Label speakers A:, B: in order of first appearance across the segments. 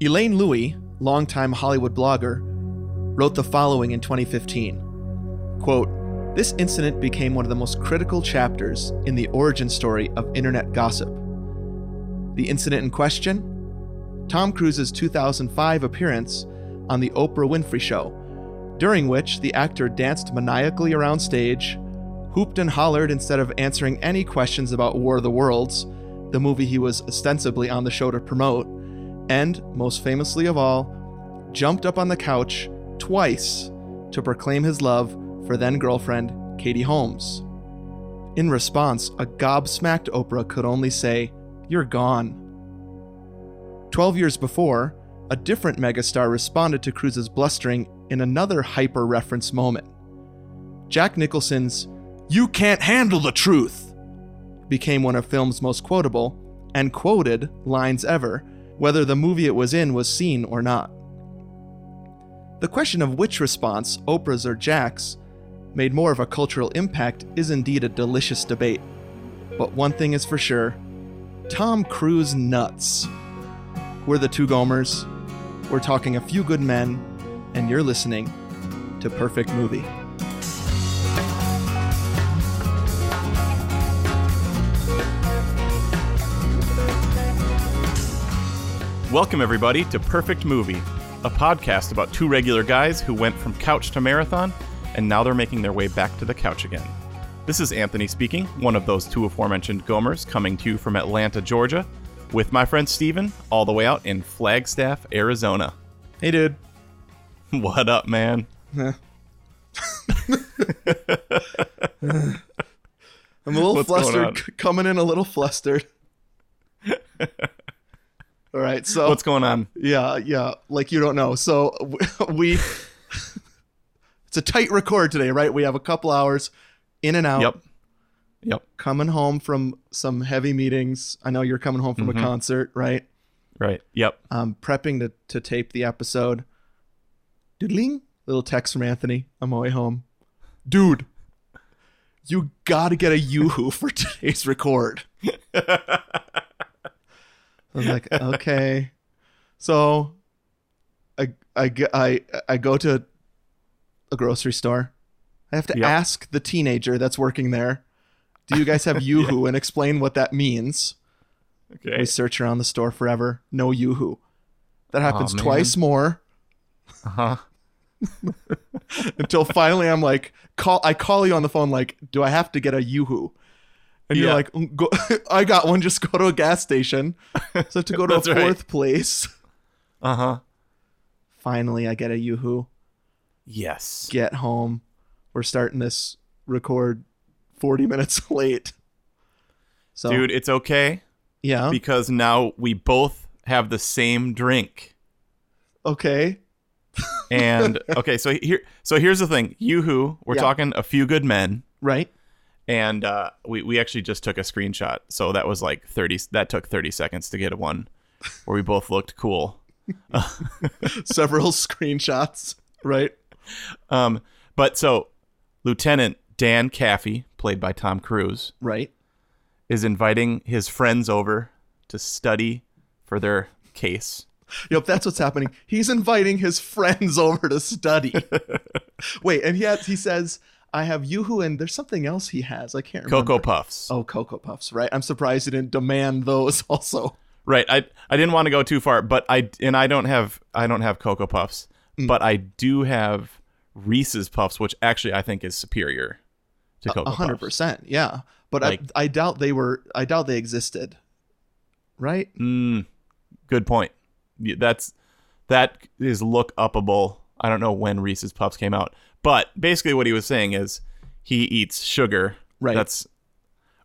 A: Elaine Louie, longtime Hollywood blogger, wrote the following in 2015 quote, This incident became one of the most critical chapters in the origin story of internet gossip. The incident in question? Tom Cruise's 2005 appearance on The Oprah Winfrey Show, during which the actor danced maniacally around stage, hooped and hollered instead of answering any questions about War of the Worlds, the movie he was ostensibly on the show to promote, and, most famously of all, jumped up on the couch twice to proclaim his love for then girlfriend Katie Holmes. In response, a gobsmacked Oprah could only say, You're gone. Twelve years before, a different megastar responded to Cruz's blustering in another hyper reference moment. Jack Nicholson's, You Can't Handle the Truth! became one of film's most quotable and quoted lines ever, whether the movie it was in was seen or not. The question of which response, Oprah's or Jack's, made more of a cultural impact is indeed a delicious debate. But one thing is for sure Tom Cruise nuts. We're the two Gomers, we're talking a few good men, and you're listening to Perfect Movie.
B: Welcome, everybody, to Perfect Movie, a podcast about two regular guys who went from couch to marathon, and now they're making their way back to the couch again. This is Anthony speaking, one of those two aforementioned Gomers, coming to you from Atlanta, Georgia, with my friend Steven, all the way out in Flagstaff, Arizona.
A: Hey, dude.
B: What up, man?
A: I'm a little
B: What's going on?
A: flustered, c- coming in a little flustered. All right, so
B: What's going on?
A: Yeah, yeah. Like you don't know. So w- we, it's a tight record today, right? We have a couple hours in and out.
B: Yep. Yep.
A: Coming home from some heavy meetings. I know you're coming home from
B: Mhm.
A: a concert, right?
B: Right. Yep.
A: Um, prepping to to tape the episode. Doodling. Little text from Anthony on my way home. Dude, you gotta get a yoo-hoo for today's record. I was like, okay. So I, I, g- I- I go to a grocery store. I have to
B: Yep.
A: ask the teenager that's working there, do you guys have Yoo-Hoo and explain what that means?
B: Okay.
A: We search around the store forever. No Yoo-Hoo. That happens
B: man.
A: twice more
B: Uh huh.
A: until finally I'm like, call. I call you on the phone like, do I have to get a Yoo-Hoo? And you're
B: Yeah.
A: like, "Mm, go, I got one. Just go to a gas station. So I have to go to a
B: That's right.
A: fourth place.
B: Uh huh.
A: Finally, I get a Yoo-Hoo.
B: Yes.
A: get home. We're starting this record 40 minutes late. So,
B: Dude, it's okay
A: yeah.
B: because now we both have the same drink.
A: okay.
B: And okay, so here, so here's the thing. Yoo-hoo, we're
A: Yeah.
B: talking a few good men,
A: Right.
B: and uh, we we actually just took a screenshot. So that was like thirty. That took thirty seconds to get one, where we both looked cool.
A: Several screenshots. Right.
B: Um, but so Lieutenant Dan Caffey, played by Tom Cruise,
A: Right.
B: is inviting his friends over to study for their case.
A: Yep. That's what's happening. He's inviting his friends over to study. Wait. And he, has, he says, I have Yoo-Hoo and there's something else he has. I can't remember.
B: Cocoa Puffs.
A: Oh, Cocoa Puffs. Right. I'm surprised he didn't demand those also.
B: Right. I I didn't want to go too far, but I and I don't have I don't have Cocoa Puffs,
A: Mm.
B: but I do have Reese's Puffs, which actually I think is superior to Cocoa
A: A hundred
B: Puffs.
A: percent. Yeah. But
B: Like-
A: I, I doubt they were, I doubt they existed. Right.
B: Mm, good point. Yeah, That's that is look upable. I don't know when Reese's Puffs came out, but basically what he was saying is he eats sugar.
A: Right.
B: That's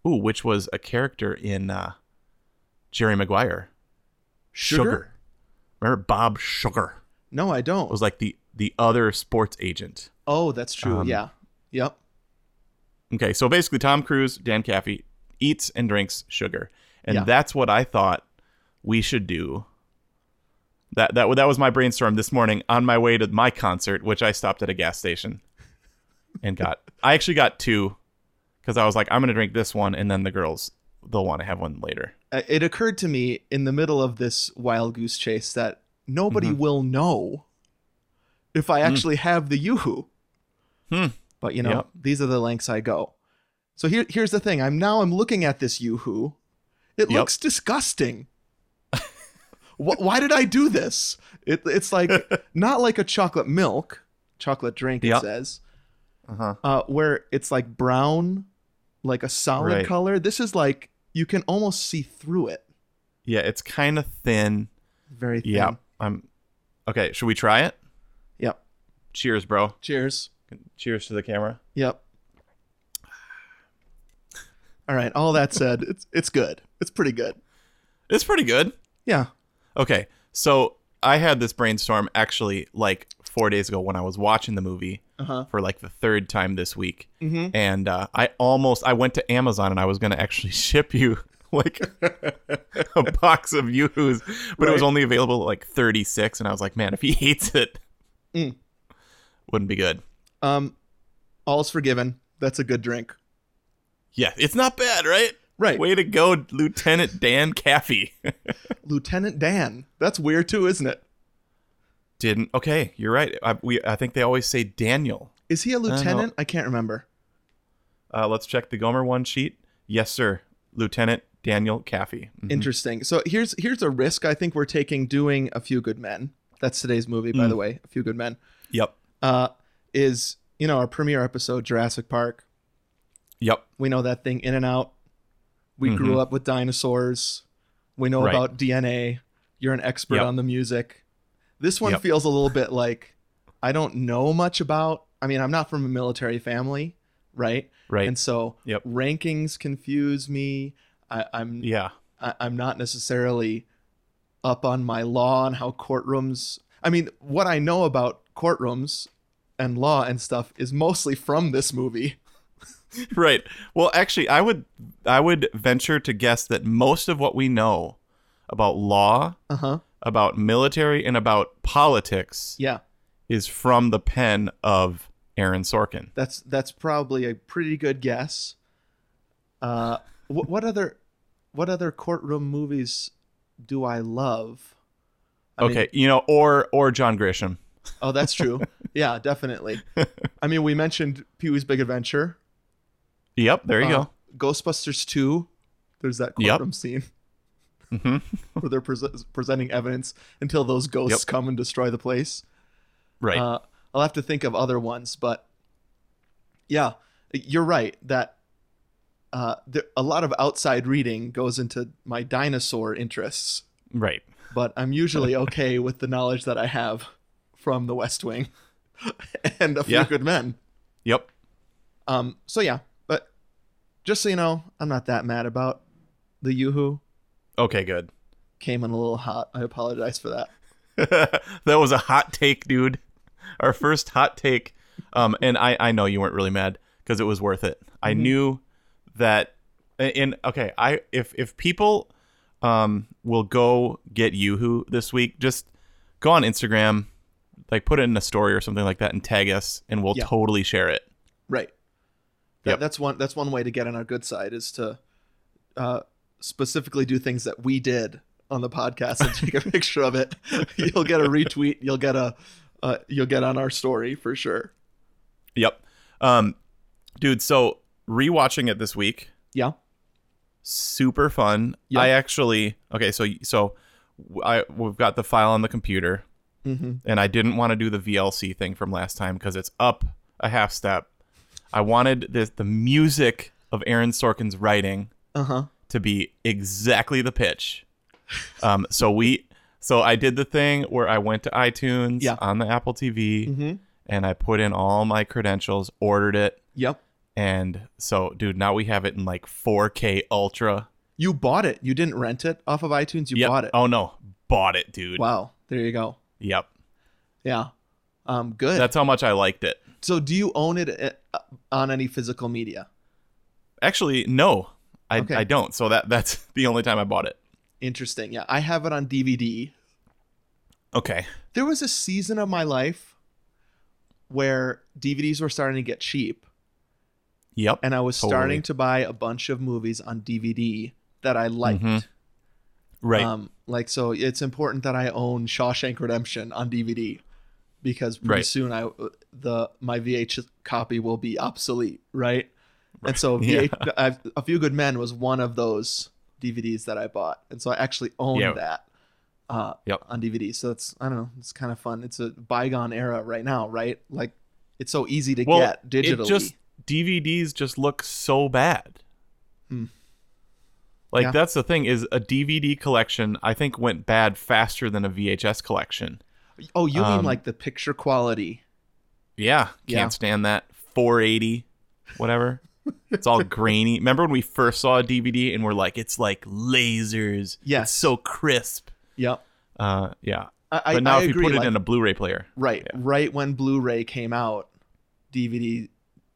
B: ooh, which was a character in uh, Jerry Maguire. Remember Bob Sugar?
A: No, I don't.
B: was like the the other sports agent.
A: Oh, that's true.
B: Um,
A: yeah. Yep.
B: Okay, so basically Tom Cruise, Dan Caffey eats and drinks sugar. And
A: Yeah.
B: that's what I thought we should do. That that that was my brainstorm this morning on my way to my concert, which I stopped at a gas station and got I actually got two cuz I was like I'm going to drink this one and then the girls they'll want to have one later.
A: Uh, It occurred to me in the middle of this wild goose chase that nobody
B: Mm-hmm.
A: will know if I actually have the Yoo-Hoo.
B: Mm. Hmm.
A: But you know,
B: Yep.
A: these are the lengths I go. So here, here's the thing. I'm now I'm looking at this Yoo-Hoo. It
B: Yep.
A: looks disgusting. Wh- Why did I do this? It, it's like not like a chocolate milk, chocolate drink.
B: Yep.
A: It says
B: Uh-huh.
A: uh, where it's like brown, like a solid
B: Right.
A: color. This is like you can almost see through it.
B: Yeah, it's kind of thin.
A: Very thin.
B: Yeah. I'm Okay, should we try it?
A: Yep.
B: Cheers, bro.
A: Cheers.
B: Cheers to the camera.
A: Yep. All right. All that said, it's it's good. It's pretty good.
B: It's pretty good.
A: Yeah.
B: Okay. So, I had this brainstorm actually like 4 days ago when I was watching the movie
A: Uh huh.
B: for like the third time this week.
A: Mm-hmm.
B: and uh, I almost I went to Amazon and I was going to actually ship you like a box of Yoo-Hoos, but it was
A: Right.
B: only available at like 36, and I was like, man, if he hates it,
A: Mm.
B: wouldn't be good.
A: Um, all's forgiven. That's a good drink.
B: Yeah, it's not bad, right?
A: Right.
B: Way to go, Lieutenant Dan Caffey.
A: Lieutenant Dan. That's weird too, isn't it?
B: Didn't okay, you're right. I, we I think they always say Daniel.
A: Is he a
B: know.
A: lieutenant? I Mm-hmm. can't remember.
B: Uh, let's check the Gomer one sheet. Yes, sir, Lieutenant Daniel Caffey. Mhm.
A: Interesting. So here's here's a risk I think we're taking doing a few good men. That's today's movie, by
B: Mm.
A: the way. A few good men.
B: Yep,
A: Uh, is you know our premiere episode Jurassic Park.
B: yep,
A: We know that thing in and out. We grew up with dinosaurs. We know
B: Mm-hmm. Right.
A: about DNA. You're an expert
B: Yep.
A: on the music. This one
B: Yep.
A: feels a little bit like I don't know much about. I mean, I'm not from a military family, right?
B: right.
A: And so
B: Yep.
A: rankings confuse me. I, I'm
B: yeah,
A: I, I'm not necessarily up on my law and how courtrooms. I mean, what I know about courtrooms and law and stuff is mostly from this movie.
B: right well actually i would i would venture to guess that most of what we know about law
A: Uh huh.
B: about military and about politics
A: Yeah.
B: is from the pen of aaron sorkin
A: That's that's probably a pretty good guess. Uh, what, what other what other courtroom movies do I love? I mean-
B: okay you know or or john grisham
A: oh, that's true. yeah, definitely. I mean, we mentioned Pee Wee's Big Adventure.
B: yep there you
A: Uh, Ghostbusters Two. There's that
B: Yep.
A: courtroom scene
B: go hmm
A: where they're pres- presenting evidence until those ghosts
B: Yep.
A: come and destroy the place.
B: right
A: Uh, I'll have to think of other ones, but yeah, you're right that uh, there, a lot of outside reading goes into my dinosaur interests,
B: right
A: but I'm usually okay with the knowledge that I have from The West Wing and A Few
B: Yeah.
A: Good Men.
B: yep
A: Um, so yeah, but just so you know, I'm not that mad about the Yoo-Hoo.
B: okay good
A: Came in a little hot. I apologize for that.
B: that was a hot take dude our first hot take um and i i know you weren't really mad because it was worth it i
A: Mhm.
B: knew that and okay i if if people um will go get yoo-hoo this week just go on instagram like put it in a story or something like that and tag us and we'll
A: Yeah.
B: totally share it
A: Right. That,
B: Yep.
A: That's one. That's one way to get on our good side is to uh, specifically do things that we did on the podcast and take a picture of it. You'll get a retweet. You'll get a. Uh, you'll get on our story for sure.
B: yep um dude so rewatching it this week
A: Yeah.
B: super fun.
A: Yeah.
B: I actually okay, so so I we've got the file on the computer,
A: Mm-hmm.
B: and I didn't want to do the VLC thing from last time because it's up a half step. I wanted the the music of Aaron Sorkin's writing
A: Uh huh.
B: to be exactly the pitch. Um, so we so I did the thing where I went to iTunes
A: Yeah.
B: on the Apple TV
A: Mm-hmm.
B: and I put in all my credentials, ordered it,
A: Yep.
B: and so dude, now we have it in like 4K Ultra.
A: You bought it. You didn't rent it off of iTunes. You
B: Yep.
A: bought it.
B: Oh no, bought it, dude.
A: Wow. There you go.
B: Yep.
A: Yeah. Um. Good.
B: That's how much I liked it.
A: so, do you own it uh, on any physical media?
B: Actually, no. I,
A: Okay.
B: I don't. So that that's the only time I bought it.
A: Interesting. Yeah, I have it on DVD.
B: Okay.
A: there was a season of my life where DVDs were starting to get cheap,
B: Yep.
A: and I was
B: Totally.
A: starting to buy a bunch of movies on DVD that I liked.
B: Mhm. right.
A: Um, Like, so it's important that I own Shawshank Redemption on DVD because pretty
B: Right.
A: soon I the my VH copy will be obsolete, right? And so
B: Yeah.
A: VH, I've, A Few Good Men was one of those DVDs that I bought, and so I actually own
B: Yeah.
A: that uh,
B: Yep.
A: on DVD. So that's I don't know, it's kind of fun. It's a bygone era right now, right? Like, it's so easy to
B: Well,
A: get digitally.
B: It just DVDs just look so bad.
A: Hmm.
B: Like
A: Yeah.
B: that's the thing is a DVD collection I think went bad faster than a VHS collection.
A: oh, you mean
B: um,
A: like the picture quality?
B: Yeah, can't
A: Yeah.
B: stand that 480 whatever. it's all grainy. Remember when we first saw a DVD and we're like it's like lasers.
A: Yes.
B: It's so crisp.
A: Yep.
B: Uh yeah.
A: I, I-
B: But now
A: I
B: if
A: agree,
B: you put it
A: like-
B: in a Blu-ray player.
A: Right,
B: Yeah.
A: right when Blu-ray came out, DVD,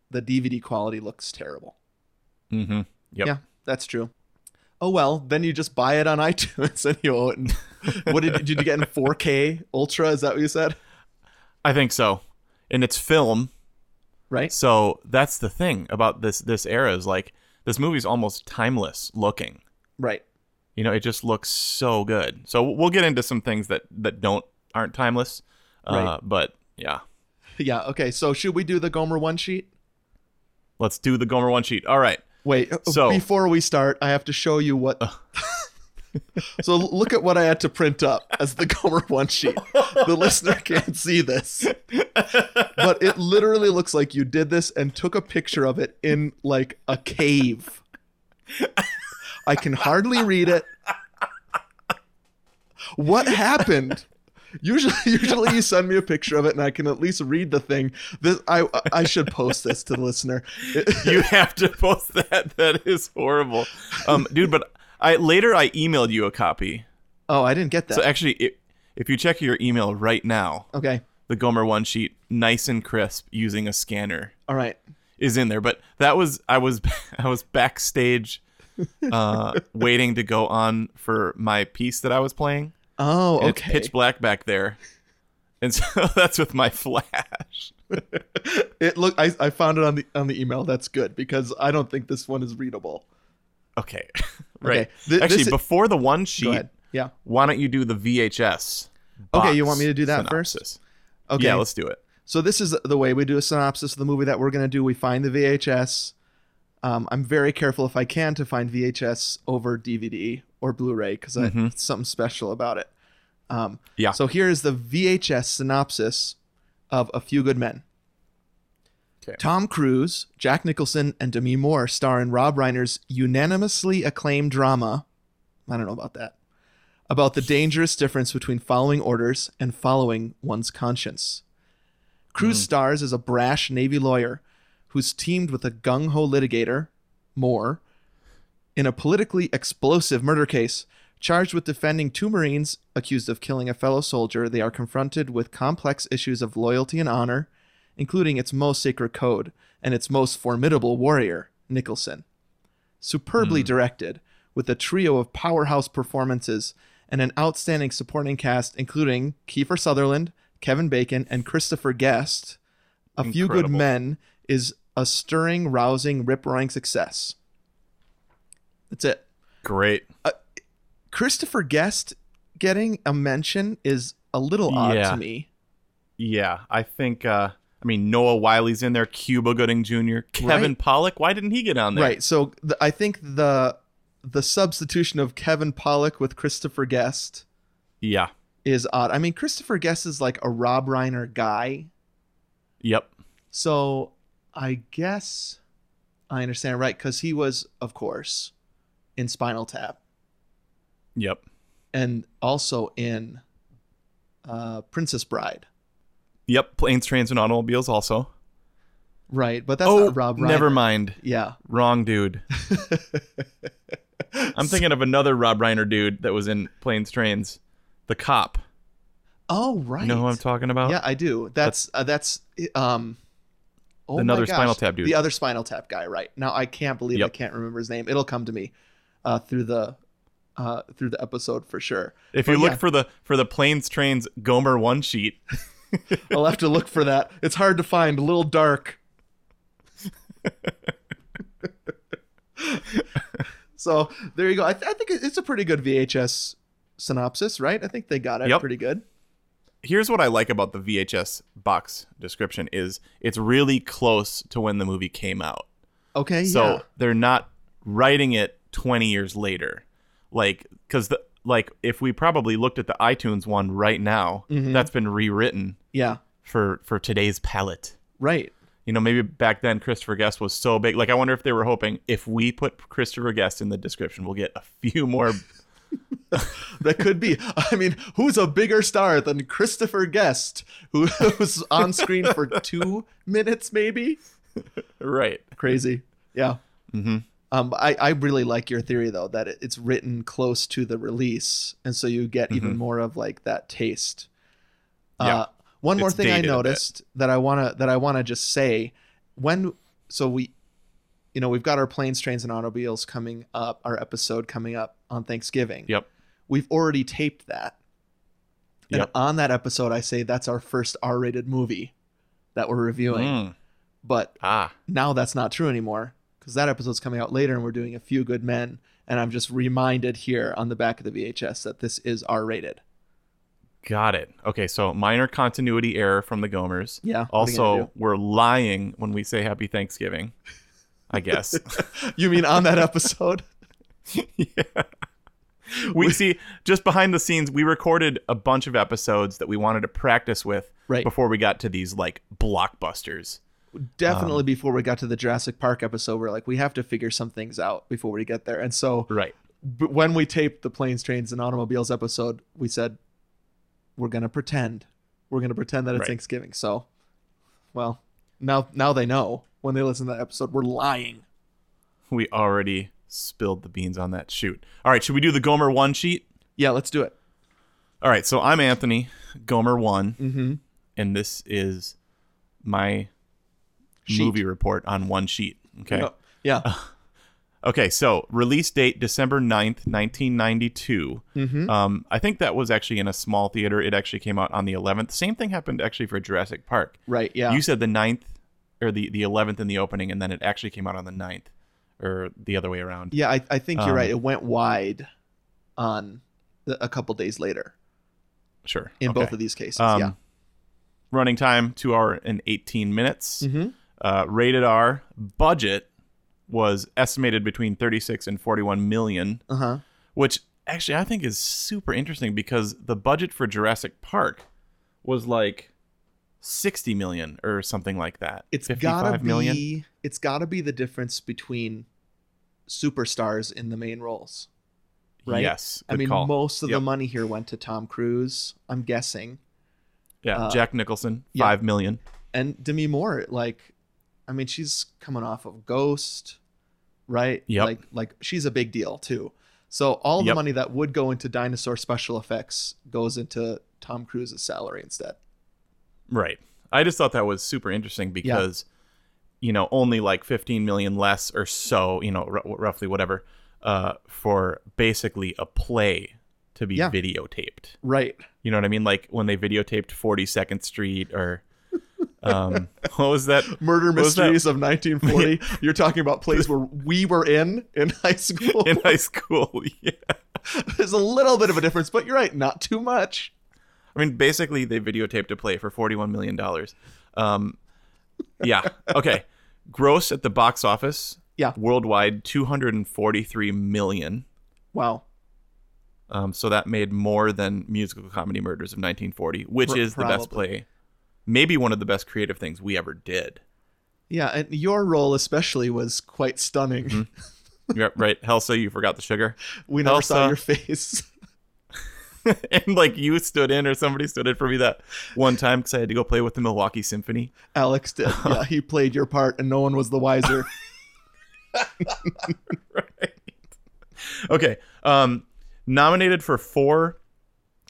A: the DVD quality looks terrible.
B: Mhm. Yep.
A: Yeah, that's true. Oh well, then you just buy it on iTunes and you owe it. in- What did, did you get in 4K Ultra? Is that what you said?
B: I think so. And it's film,
A: Right.
B: So that's the thing about this this era is like this movie's almost timeless looking.
A: Right.
B: You know, it just looks so good. So we'll get into some things that that don't aren't timeless. Uh,
A: Right.
B: but yeah,
A: Yeah. Okay. So should we do the Gomer one sheet?
B: let's do the Gomer one sheet. All right.
A: Wait. uh,
B: So- Uh.
A: before we start, I have to show you what. so look at what I had to print up as the Gomer one sheet. The listener can't see this, but it literally looks like you did this and took a picture of it in like a cave. I can hardly read it. What happened? Usually, usually you send me a picture of it, and I can at least read the thing. This I I should post this to the listener.
B: You have to post that. That is horrible, um, dude. But I later I emailed you a copy.
A: oh, I didn't get that.
B: So actually, i if you check your email right now,
A: Okay.
B: the Gomer one sheet, nice and crisp, using a scanner.
A: All right.
B: is in there. But that was I was I was backstage uh waiting to go on for my piece that I was playing.
A: Oh,
B: And
A: okay.
B: It's pitch black back there. And so that's with my flash.
A: It look I, I found it on the on the email. That's good because I don't think this one is readable.
B: Okay. right.
A: Okay. Th-
B: Actually,
A: this i-
B: before the one
A: Go
B: sheet,
A: ahead. Yeah.
B: why don't you do the VHS?
A: Okay, you
B: box
A: want me to do that first?
B: synopsis?
A: Okay.
B: Yeah, let's do it.
A: so this is the way we do a synopsis of the movie that we're going to do. We find the VHS. Um, I'm very careful if I can to find VHS over DVD or Blu-ray because
B: Mhm.
A: it's something special about it. Um,
B: Yeah.
A: So here is the VHS synopsis of A Few Good Men.
B: Okay.
A: Tom Cruise, Jack Nicholson, and Demi Moore star in Rob Reiner's unanimously acclaimed drama. I don't know about that. About the dangerous difference between following orders and following one's conscience. Cruz stars as a brash Navy lawyer who's teamed with a gung ho litigator, Moore, in a politically explosive murder case. Charged with defending two Marines accused of killing a fellow soldier, they are confronted with complex issues of loyalty and honor, including its most sacred code and its most formidable warrior, Nicholson. Superbly directed, with a trio of powerhouse performances and an outstanding supporting cast, including Kiefer Sutherland, Kevin Bacon, and Christopher Guest, A Few Good
B: Incredible.
A: Men is a stirring, rousing, rip roaring success. That's it.
B: Great.
A: Christopher Guest getting a mention is a little odd
B: Yeah.
A: to me.
B: Yeah, I think uh I mean Noah Wiley's in there, Cuba Gooding Jr., Kevin Pollock. Why didn't he get on there?
A: Right. So the, I think the the substitution of Kevin Pollock with Christopher Guest
B: Yeah.
A: is odd. I mean, Christopher Guest is like a Rob Reiner guy,
B: Yep.
A: so I guess I understand right because he was, of course, in Spinal Tap
B: Yep.
A: and also in uh, Princess Bride.
B: Yep, planes, trains, and automobiles also.
A: Right, but that's
B: oh,
A: not Rob Reiner.
B: never mind.
A: Yeah.
B: Wrong dude. I'm thinking of another Rob Reiner dude that was in planes, trains, the cop.
A: Oh, right.
B: You know who I'm talking about?
A: Yeah, I do. That's uh, that's um oh my
B: Another
A: gosh.
B: Spinal Tap dude.
A: The other Spinal Tap guy, right? Now I can't believe I
B: Yep.
A: can't remember his name. It'll come to me uh through the uh through the episode for sure.
B: If you
A: But
B: look
A: yeah.
B: for the for the planes, trains, Gomer one sheet,
A: I'll have to look for that. It's hard to find, a little dark. so, there you go. I, th- I think it- it's a pretty good VHS synopsis, right? I think they got it
B: Yep.
A: pretty good.
B: here's what I like about the VHS box description is it's really close to when the movie came out.
A: Okay,
B: So
A: yeah.
B: they're not writing it 20 years later. Like cuz the like if we probably looked at the iTunes one right now,
A: Mm-hmm.
B: that's been rewritten
A: Yeah,
B: for for today's palette.
A: right.
B: You know, maybe back then Christopher Guest was so big. Like I wonder if they were hoping if we put Christopher Guest in the description, we'll get a few more
A: That could be. I mean, who's a bigger star than Christopher Guest, who was on screen for two minutes, maybe?
B: right.
A: Crazy. Yeah.
B: Mhm.
A: Um, I, I really like your theory though that it, it's written close to the release, and so you get even more of like that taste.
B: Mm-hmm.
A: Uh,
B: Yeah.
A: one more
B: It's
A: thing I
B: dated a bit.
A: noticed that I wanna that I wanna just say, when so we, you know, we've got our planes, trains, and automobiles coming up, our episode coming up on Thanksgiving.
B: Yep.
A: We've already taped that. And
B: Yep.
A: on that episode, I say that's our first R-rated movie that we're reviewing.
B: Mm.
A: But
B: Ah.
A: now that's not true anymore because that episode's coming out later and we're doing a few good men and i'm just reminded here on the back of the vhs that this is r-rated
B: Got it. Okay, so minor continuity error from the Gomers.
A: yeah what are you gonna
B: Also, we're lying when we say Happy Thanksgiving. I guess.
A: do? you mean on that episode
B: we see just behind the scenes, we recorded a bunch of episodes that we wanted to practice with
A: Right.
B: before we got to these like blockbusters.
A: definitely
B: Um,
A: before we got to the jurassic park episode we're like we have to figure some things out before we get there and so
B: Right.
A: b- when we taped the planes trains and automobiles episode we said we're gonna pretend we're gonna pretend that it's
B: Right.
A: thanksgiving so well now now they know when they listen to that episode we're lying
B: We already spilled the beans on that shoot. All right, should we do the Gomer 1 sheet?
A: yeah let's do it
B: All right, so I'm Anthony, Gomer 1,
A: mm-hmm
B: and this is my
A: Sheet.
B: movie report on one sheet. Okay.
A: No. Yeah.
B: Okay, so release date December 9th, 1992.
A: Mhm.
B: Um, I think that was actually in a small theater. It actually came out on the 11th. Same thing happened actually for Jurassic Park.
A: Right. Yeah.
B: You said the 9th or the, the 11th in the opening, and then it actually came out on the 9th or the other way around.
A: yeah. I, I think you're
B: Um,
A: right. It went wide on the, a couple days later
B: Sure.
A: in
B: okay.
A: both of these cases.
B: Um,
A: yeah.
B: Running time, 2 hour and 18 minutes.
A: Mm-hmm.
B: Uh, rated R. Budget was estimated between 36 and 41 million.
A: Uh huh.
B: which actually I think is super interesting because the budget for Jurassic Park was like 60 million or something like that.
A: It's gotta
B: 55
A: be.
B: million.
A: It's gotta be the difference between superstars in the main roles. right?
B: Yes.
A: I
B: good
A: mean,
B: call.
A: most of the
B: Yep.
A: money here went to Tom Cruise. I'm guessing,
B: yeah,
A: uh,
B: Jack Nicholson,
A: yeah.
B: 5 million.
A: and Demi Moore. Like, I mean, she's coming off of Ghost, right?
B: Yep.
A: Like, like she's a big deal too. So all the
B: Yep.
A: money that would go into dinosaur special effects goes into Tom Cruise's salary instead.
B: Right. I just thought that was super interesting because you know, only like 15 million less or so, you know, r- roughly whatever, uh for basically a play to be
A: Yeah.
B: videotaped.
A: Right.
B: You know what I mean? Like when they videotaped 42nd Street or um, what was that?
A: Murder
B: What was that?
A: Mysteries of 1940. You're talking about plays where we were in in high school.
B: In high school. yeah.
A: There's a little bit of a difference, but you're right, not too much.
B: I mean, basically, they videotaped a play for $41 million. Um, yeah. Okay. Gross at the box office.
A: Yeah.
B: Worldwide, 243 million.
A: Wow.
B: Um, so that made more than musical comedy Murders of 1940, which
A: Pr-
B: is the best
A: probably.
B: play, maybe one of the best creative things we ever did.
A: Yeah, and your role especially was quite stunning.
B: Mm-hmm. Yeah, right, Helsa, you forgot the sugar.
A: We never saw
B: Elsa.
A: your face.
B: and like you stood in or somebody stood in for me that one time because I had to go play with the Milwaukee Symphony.
A: Alex did. Yeah, he played your part and no one was the wiser.
B: Okay, um, nominated for four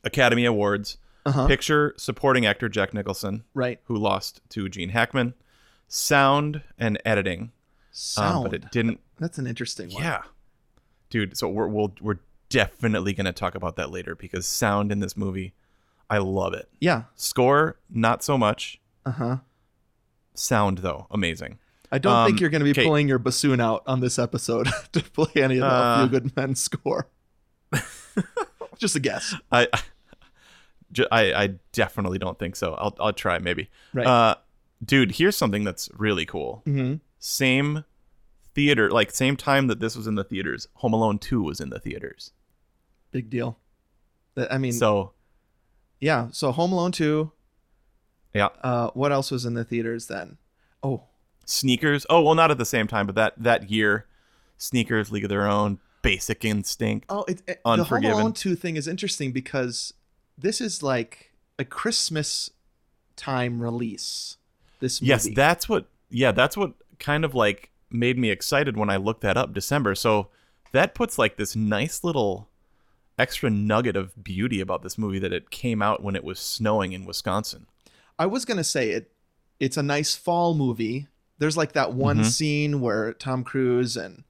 B: Academy Awards:
A: Uh-huh.
B: Picture Supporting Actor Jack Nicholson,
A: Right.
B: who lost to Gene Hackman, Sound and Editing,
A: Sound.
B: um, but it didn't.
A: That's an interesting one.
B: Yeah, dude. So we're we'll, we're definitely gonna talk about that later because sound in this movie, I love it.
A: Yeah.
B: Score not so much.
A: Uh-huh.
B: Sound though, amazing.
A: I don't
B: Um,
A: think you're going to be
B: okay.
A: pulling your bassoon out on this episode to play any of the
B: Uh,
A: Feel Good Men score. Just a guess.
B: I, ju- I, I definitely don't think so. I'll, I'll try maybe.
A: Right.
B: Uh, dude, here's something that's really cool.
A: Mm-hmm.
B: Same theater, like same time that this was in the theaters, Home Alone 2 was in the theaters.
A: Big deal. That- I mean,
B: So
A: yeah. So Home Alone 2.
B: Yeah.
A: Uh, what else was in the theaters then? Oh,
B: sneakers. Oh, well, not at the same time, but that, that year, sneakers, League of Their Own, Basic Instinct.
A: Oh, it, it- the Home
B: Unforgiven.
A: Alone 2 thing is interesting because this is like a Christmas time release. This movie.
B: Yes, that's what. Yeah, that's what kind of like made me excited when I looked that up. December, so that puts like this nice little extra nugget of beauty about this movie that it came out when it was snowing in Wisconsin.
A: I was gonna say it. It's a nice fall movie. There's like that one
B: Mhm.
A: scene where Tom Cruise and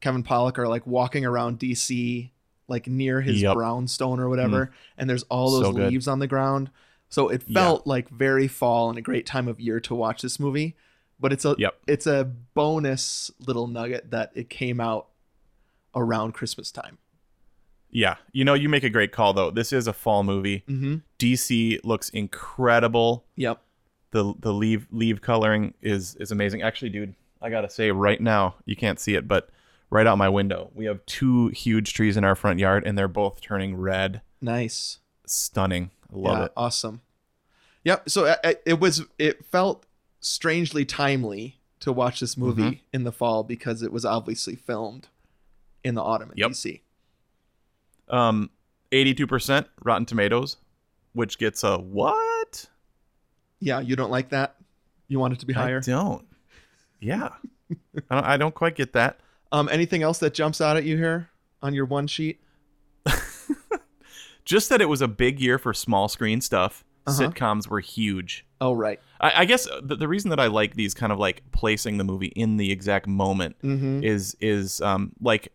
A: Kevin Pollak are like walking around DC, like near his
B: Yep.
A: brownstone or whatever, and there's all those
B: Mm. So good.
A: leaves on the ground. So it
B: Yeah.
A: felt like very fall and a great time of year to watch this movie. But it's a
B: Yep.
A: it's a bonus little nugget that it came out around Christmas time.
B: Yeah, you know, you make a great call though. This is a fall movie.
A: Mm-hmm.
B: DC looks incredible.
A: Yep.
B: the the leave leave coloring is is amazing. Actually, dude, I gotta say right now, you can't see it, but right out my window, we have two huge trees in our front yard, and they're both turning red.
A: Nice.
B: Stunning. I love
A: Yeah,
B: it.
A: Awesome. Yep. So I, I, it was. It felt strangely timely to watch this
B: Mm-hmm.
A: movie in the fall because it was obviously filmed in the autumn in
B: Yep.
A: DC.
B: Um, eighty-two percent Rotten Tomatoes, which gets a what?
A: Yeah, you don't like that. You want it to be
B: I
A: higher.
B: don't. Yeah, I don't. I don't quite get that.
A: Um, anything else that jumps out at you here on your one sheet?
B: Just that it was a big year for small screen stuff.
A: Uh-huh.
B: Sitcoms were huge.
A: Oh, right.
B: I, I guess the, the reason that I like these kind of like placing the movie in the exact moment
A: Mm-hmm.
B: is is um like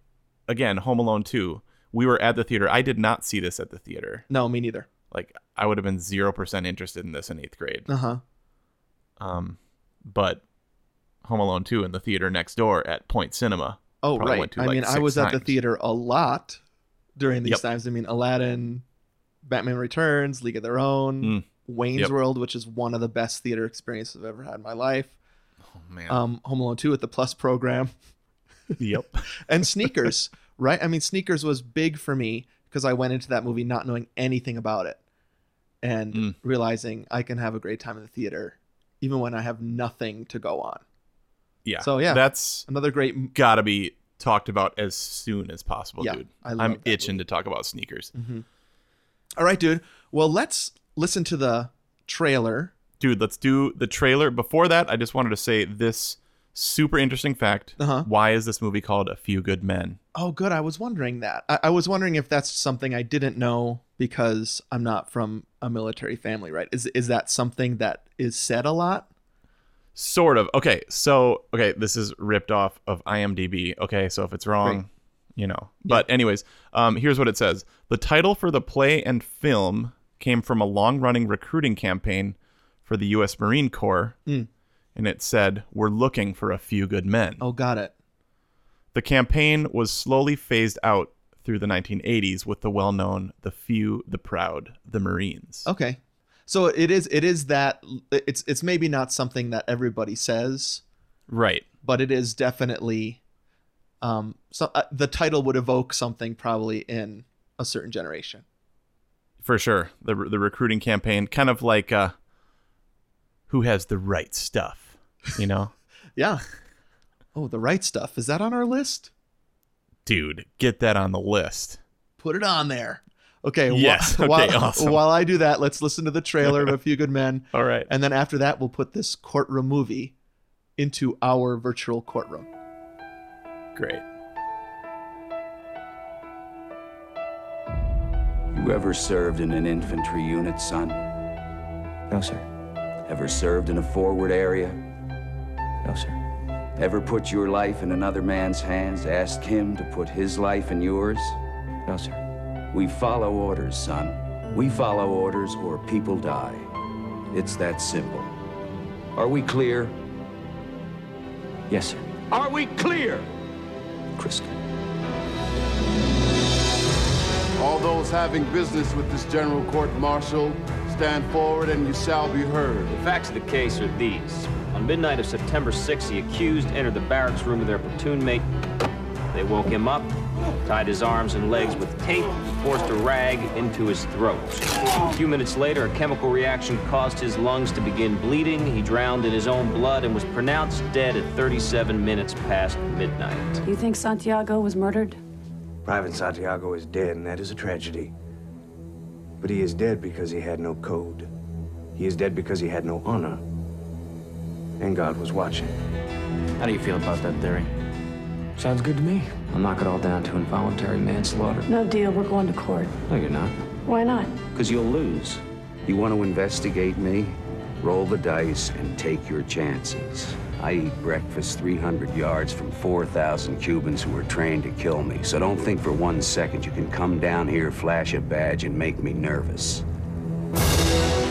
B: again Home Alone 2. We were at the theater. I did not see this at the theater.
A: No, me neither.
B: Like I would have been 0% interested in this in 8th grade.
A: Uh huh.
B: Um but Home Alone 2 in the theater next door at Point Cinema.
A: Oh,
B: Probably
A: right.
B: went to,
A: I
B: like,
A: mean, I
B: six
A: was at the
B: times.
A: theater a lot during these
B: Yep.
A: times. I mean, Aladdin, Batman Returns, League of Their Own,
B: Mm.
A: Wayne's
B: Yep.
A: World, which is one of the best theater experiences I've ever had in my life.
B: Oh man.
A: um, Home Alone 2 at the Plus program
B: yep.
A: and sneakers, right? I mean, sneakers was big for me because I went into that movie not knowing anything about it and
B: Mm.
A: realizing I can have a great time in the theater even when I have nothing to go on.
B: Yeah.
A: So, yeah.
B: That's
A: Another great, m-
B: got to be talked about as soon as possible,
A: yeah.
B: dude.
A: I love
B: I'm
A: that
B: itching to talk about sneakers.
A: movie. Mhm. All right, dude. Well, let's listen to the trailer.
B: dude let's do the trailer before that i just wanted to say this super interesting fact
A: Uh-huh.
B: why is this movie called a few good men
A: Oh, good. I was wondering that. I, I was wondering if that's something I didn't know because I'm not from a military family, right? Is is that something that is said a lot?
B: sort of okay so okay this is ripped off of imdb okay so if it's wrong
A: Great.
B: you know but anyways um, here's what it says the title for the play and film came from a long-running recruiting campaign for the u.s marine corps
A: Mm.
B: and it said we're looking for a few good men
A: Oh, got it.
B: The campaign was slowly phased out through the 1980s with the well-known "the few, the proud, the Marines."
A: Okay. So it is it is that it's it's maybe not something that everybody says,
B: Right.
A: but it is definitely um so uh, the title would evoke something probably in a certain generation.
B: For sure. The the recruiting campaign kind of like uh who has the right stuff, you know?
A: Yeah. Oh, the right stuff. Is that on our list?
B: Dude, get that on the list.
A: put it on there. Okay. wh-
B: Yes, okay,
A: while,
B: awesome.
A: while I do that, let's listen to the trailer of A Few Good Men,
B: All right.
A: and then after that, we'll put this courtroom movie into our virtual courtroom.
B: Great.
C: You ever served in an infantry unit, son?
D: No, sir.
C: Ever served in a forward area?
D: No, sir.
C: Ever put your life in another man's hands, asked him to put his life in yours?
D: No, sir.
C: We follow orders, son. We follow orders or people die. It's that simple. Are we clear?
D: Yes, sir.
C: Are we clear?
D: Crisco.
E: All those having business with this general court martial, stand forward and you shall be heard.
F: The facts of the case are these. On midnight of September 6, the accused entered the barracks room of their platoon mate. They woke him up, tied his arms and legs with tape, and forced a rag into his throat. A few minutes later, a chemical reaction caused his lungs to begin bleeding. He drowned in his own blood and was pronounced dead at 37 minutes past midnight.
G: Do you think Santiago was murdered?
H: Private Santiago is dead, and that is a tragedy. But he is dead because he had no code. He is dead because he had no honor. And God was watching.
D: How do you feel about that theory?
H: Sounds good to me.
D: I'll knock it all down to involuntary manslaughter.
G: No deal. We're going to court.
D: No, you're not.
G: Why not?
D: Because you'll lose.
C: You want to investigate me? Roll the dice and take your chances. I eat breakfast 300 yards from 4,000 Cubans who were trained to kill me, so don't think for one second you can come down here, flash a badge, and make me nervous.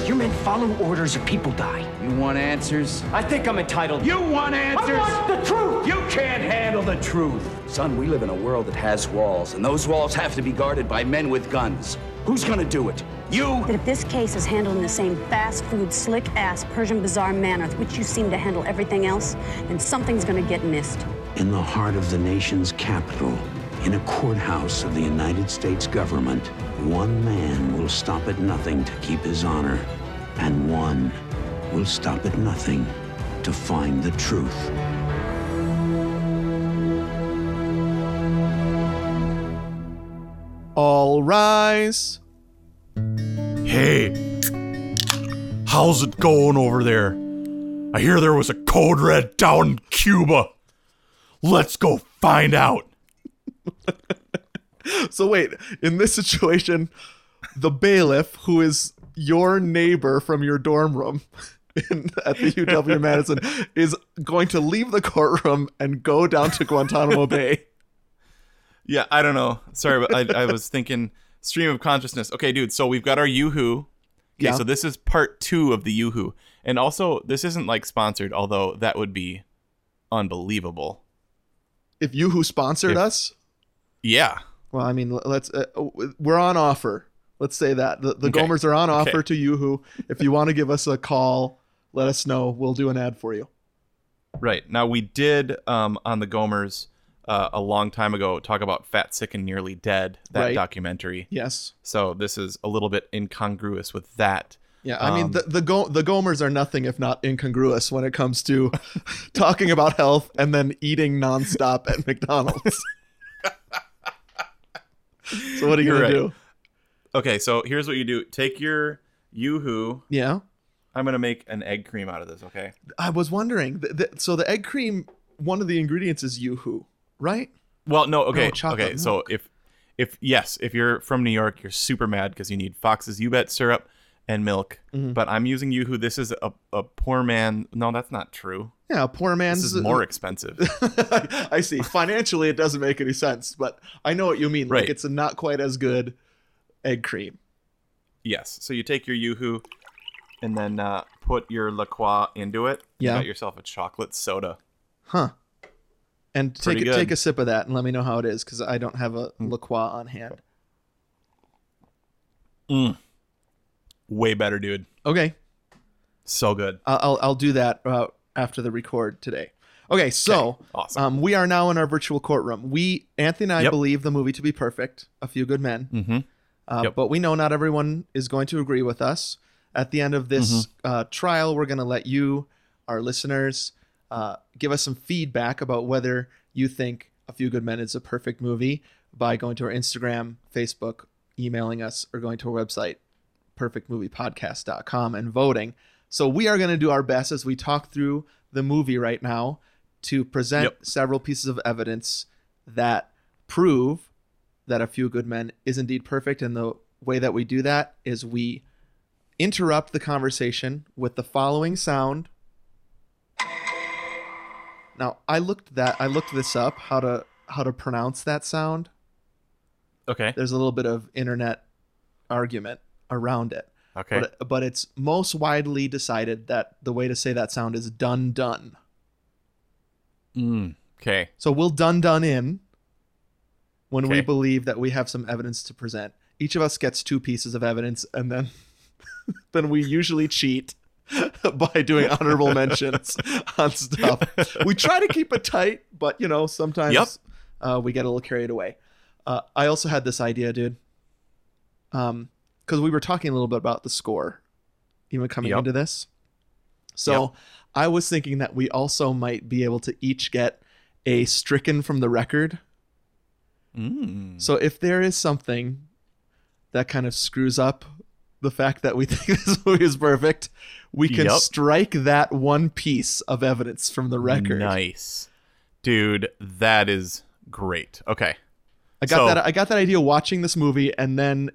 I: Your men follow orders or people die.
C: You want answers?
I: I think I'm entitled.
C: You want answers?
I: I want the truth!
C: You can't handle the truth! Son, we live in a world that has walls, and those walls have to be guarded by men with guns. Who's gonna do it? You?
G: But if this case is handled in the same fast food, slick ass, Persian bazaar manner with which you seem to handle everything else, then something's gonna get missed.
J: In the heart of the nation's capital, in a courthouse of the United States government, one man will stop at nothing to keep his honor, and one will stop at nothing to find the truth.
A: All rise.
B: Hey, how's it going over there? I hear there was a code red down in Cuba. Let's go find out.
A: So wait, in this situation, the bailiff, who is your neighbor from your dorm room in, at the UW Madison, is going to leave the courtroom and go down to Guantanamo Bay.
B: Yeah, I don't know. Sorry, but I, I was thinking stream of consciousness. Okay, dude. So we've got our YooHoo. Okay,
A: Yeah.
B: so this is part two of the YooHoo, and also this isn't like sponsored, although that would be unbelievable.
A: If you who sponsored
B: If-
A: us,
B: Yeah.
A: well, I mean, l- let's uh, w- we're on offer. Let's say that the, the
B: Okay.
A: Gomers are on
B: Okay.
A: offer to you who. If you want to give us a call, let us know. We'll do an ad for you.
B: Right. Now, we did um, on the Gomers uh, a long time ago talk about Fat, Sick, and Nearly Dead, that
A: Right.
B: documentary.
A: Yes.
B: So this is a little bit incongruous with that.
A: Yeah, I mean
B: Um,
A: the the, go- the Gomers are nothing if not incongruous when it comes to talking about health and then eating nonstop at McDonald's. so what are you
B: You're
A: gonna
B: right.
A: do?
B: Okay, so here's what you do take your Yoo-Hoo.
A: Yeah,
B: I'm going to make an egg cream out of this, okay?
A: I was wondering. Th- th- so the egg cream, one of the ingredients is yoo-hoo, right?
B: Well, no, okay.
A: chocolate
B: okay, so if if yes, if you're from New York, you're super mad cuz you need Fox's You Bet syrup and milk.
A: Mm-hmm.
B: But I'm using Yoo-Hoo. This is a, a poor man. No, that's not true.
A: Yeah, poor man's
B: This is more expensive.
A: I see. Financially, it doesn't make any sense, but I know what you mean.
B: Right.
A: Like it's a not quite as good egg cream.
B: Yes. So you take your yoo-hoo and then uh, put your La Croix into it.
A: Yeah.
B: You got yourself a chocolate soda.
A: Huh. And take
B: Pretty
A: a,
B: good. Hmm.
A: take a sip of that and let me know how it is because I don't have a La Croix on hand.
B: Way better, dude.
A: Okay,
B: So good.
A: I'll I'll, I'll do that uh, after the record today. Okay, so
B: Okay, awesome.
A: um, we are now in our virtual courtroom. We Anthony and I
B: Yep.
A: believe the movie to be perfect, A Few Good Men,
B: Mm-hmm.
A: uh,
B: Yep.
A: but we know not everyone is going to agree with us. At the end of this
B: Mm-hmm.
A: uh, trial, we're going to let you, our listeners, uh, give us some feedback about whether you think A Few Good Men is a perfect movie by going to our Instagram, Facebook, emailing us, or going to our website, perfectmoviepodcast.com, and voting. So we are going to do our best as we talk through the movie right now to present
B: Yep.
A: several pieces of evidence that prove that A Few Good Men is indeed perfect. And the way that we do that is we interrupt the conversation with the following sound. Now I looked that I looked this up how to how to pronounce that sound.
B: Okay.
A: There's a little bit of internet argument around it.
B: Okay.
A: But but it's most widely decided that the way to say that sound is dun dun.
B: Mm. Okay.
A: So we'll dun dun in when we
B: Okay.
A: believe that we have some evidence to present Each of us gets two pieces of evidence, and then then we usually cheat by doing honorable mentions on stuff. We try to keep it tight, but you know sometimes
B: Yep.
A: uh, we get a little carried away. Uh, I also had this idea, dude, um, because we were talking a little bit about the score, even coming
B: Yep.
A: into this. So I was thinking that we also might be able to each get a stricken from the record.
B: Mm.
A: So if there is something that kind of screws up the fact that we think this movie is perfect, we can
B: Yup.
A: strike that one piece of evidence from the record.
B: Nice. Dude, that is great. Okay.
A: I got
B: So-
A: that I got that idea watching this movie and then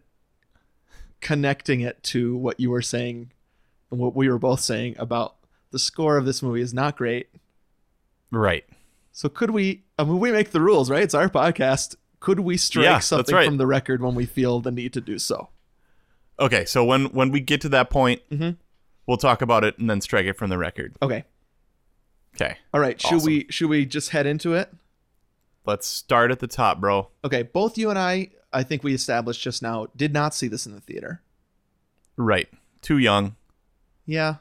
A: connecting it to what you were saying and what we were both saying about the score of this movie is not great.
B: Right.
A: So could we I mean we make the rules, right? It's our podcast. Could we strike
B: Yeah, that's
A: something
B: right.
A: from the record when we feel the need to do so?
B: Okay, so when when we get to that point,
A: Mhm.
B: we'll talk about it and then strike it from the record.
A: Okay.
B: Okay.
A: All right. Should
B: Awesome.
A: we should we just head into it?
B: Let's start at the top, bro.
A: Okay, both you and I, I think we established just now, did not see this in the theater.
B: Right. Too young.
A: Yeah.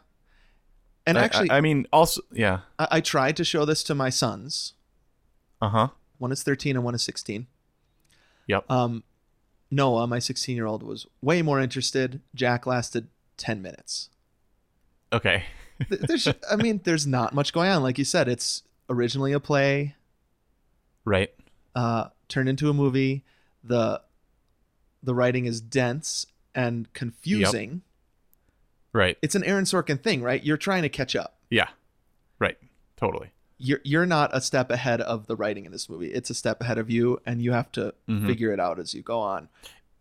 A: And
B: I- I-
A: actually,
B: I,
A: I,
B: mean also yeah.
A: I, tried to show this to my sons.
B: Uh-huh.
A: One is 13 and one is 16.
B: Yep.
A: Um, Noah, my 16 year old, was way more interested. Jack lasted 10 minutes.
B: Okay.
A: Th- There's, I mean, there's not much going on. Like you said, it's originally a play.
B: Right.
A: uh, turned into a movie. The the writing is dense and confusing.
B: Right.
A: It's an Aaron Sorkin thing, right? You're trying to catch up.
B: Yeah. Right. Totally.
A: You're you're not a step ahead of the writing in this movie. It's a step ahead of you, and you have to
B: Mhm.
A: figure it out as you go on.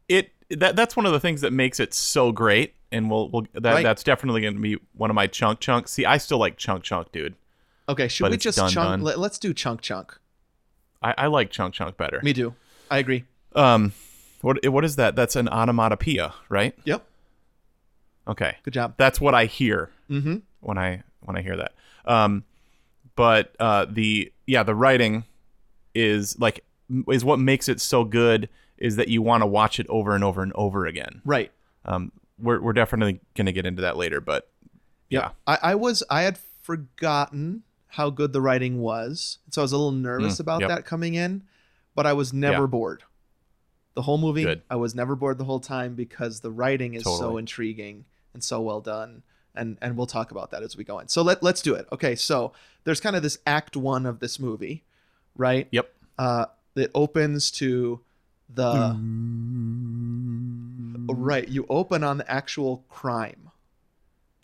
B: It that that's one of the things that makes it so great and we'll, we'll that
A: Right.
B: that's definitely going to be one of my chunk chunks. See, I still like chunk chunk, dude.
A: Okay, should
B: But
A: we
B: it's
A: just
B: done,
A: chunk?
B: done.
A: Let, us do chunk chunk.
B: I, I like chunk chunk better.
A: Me do. I agree.
B: Um, what what is that? That's an onomatopoeia, right?
A: Yep.
B: Okay,
A: Good job.
B: that's what I hear
A: Mm-hmm.
B: when I when I hear that. Um, but uh, the yeah, the writing is like m- is what makes it so good is that you want to watch it over and over and over again.
A: Right.
B: Um, we're we're definitely gonna get into that later, but yeah,
A: I, I was I had forgotten how good the writing was, so I was a little nervous
B: Mm,
A: about
B: yep.
A: that coming in, but I was never
B: Yeah.
A: bored. The whole movie,
B: Good.
A: I was never bored the whole time because the writing is so
B: Totally.
A: intriguing and so well done. And and we'll talk about that as we go in. So let let's do it. Okay, so there's kind of this act one of this movie, right?
B: Yep.
A: Uh, it opens to the right. You open on the actual crime.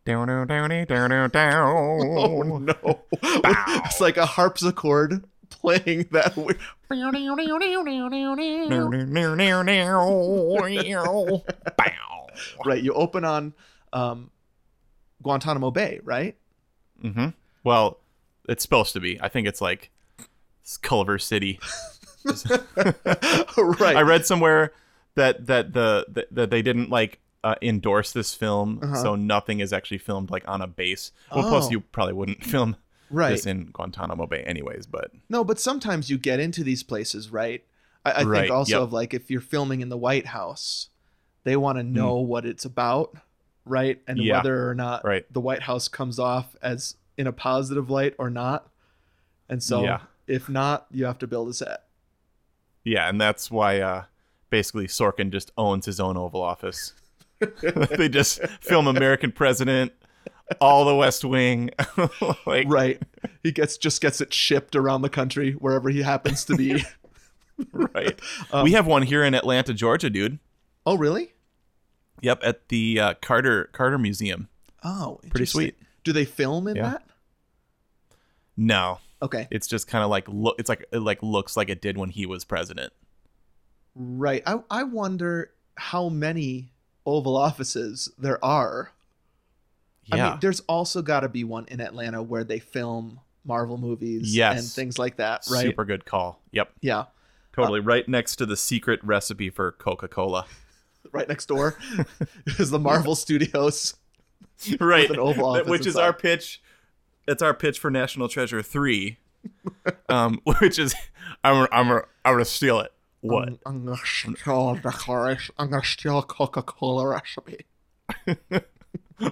B: down down down down down.
A: Oh no! it's like a harpsichord playing that. weird-
B: Bow.
A: Right, you open on um, Guantanamo Bay, right?
B: Mm-hmm. Well, it's supposed to be. I think it's like it's Culver City.
A: right.
B: I read somewhere that that the that, that they didn't like uh, endorse this film,
A: Uh-huh.
B: so nothing is actually filmed like on a base. Well,
A: Oh.
B: plus you probably wouldn't film
A: right.
B: this in Guantanamo Bay, anyways. But
A: No, but sometimes you get into these places, right? I, I
B: Right,
A: think also
B: yep.
A: of like if you're filming in the White House, they want to know what it's about, right? And
B: Mm. Yeah,
A: whether or not
B: right.
A: the White House comes off as in a positive light or not. And so,
B: Yeah.
A: if not, you have to build a set.
B: yeah, and that's why uh, basically Sorkin just owns his own Oval Office. they just film American President, all the West Wing, like
A: Right. He gets just gets it shipped around the country wherever he happens to be.
B: right.
A: Um,
B: we have one here in Atlanta, Georgia, dude.
A: oh, really?
B: Yep, at the uh, Carter Carter Museum.
A: Oh,
B: Pretty
A: interesting.
B: sweet.
A: Do they film in
B: Yeah.
A: that?
B: No,
A: Okay.
B: it's just kind of like look. It's like it like looks like it did when he was president.
A: Right. I I wonder how many Oval offices there are.
B: Yeah,
A: I mean, there's also got to be one in Atlanta where they film Marvel movies
B: Yes.
A: and things like that, right? Uh,
B: super good call. Yep,
A: Yeah.
B: totally. right next to the secret recipe for Coca Cola.
A: Right next door is the Marvel Studios.
B: right,
A: an Oval
B: That-
A: Office
B: which is our
A: inside.
B: pitch. It's our pitch for National Treasure Three, um, which is I'm I'm I'm gonna steal it. What?
A: I'm, I'm gonna steal the Coca- I'm gonna steal Coca-Cola recipe. Um,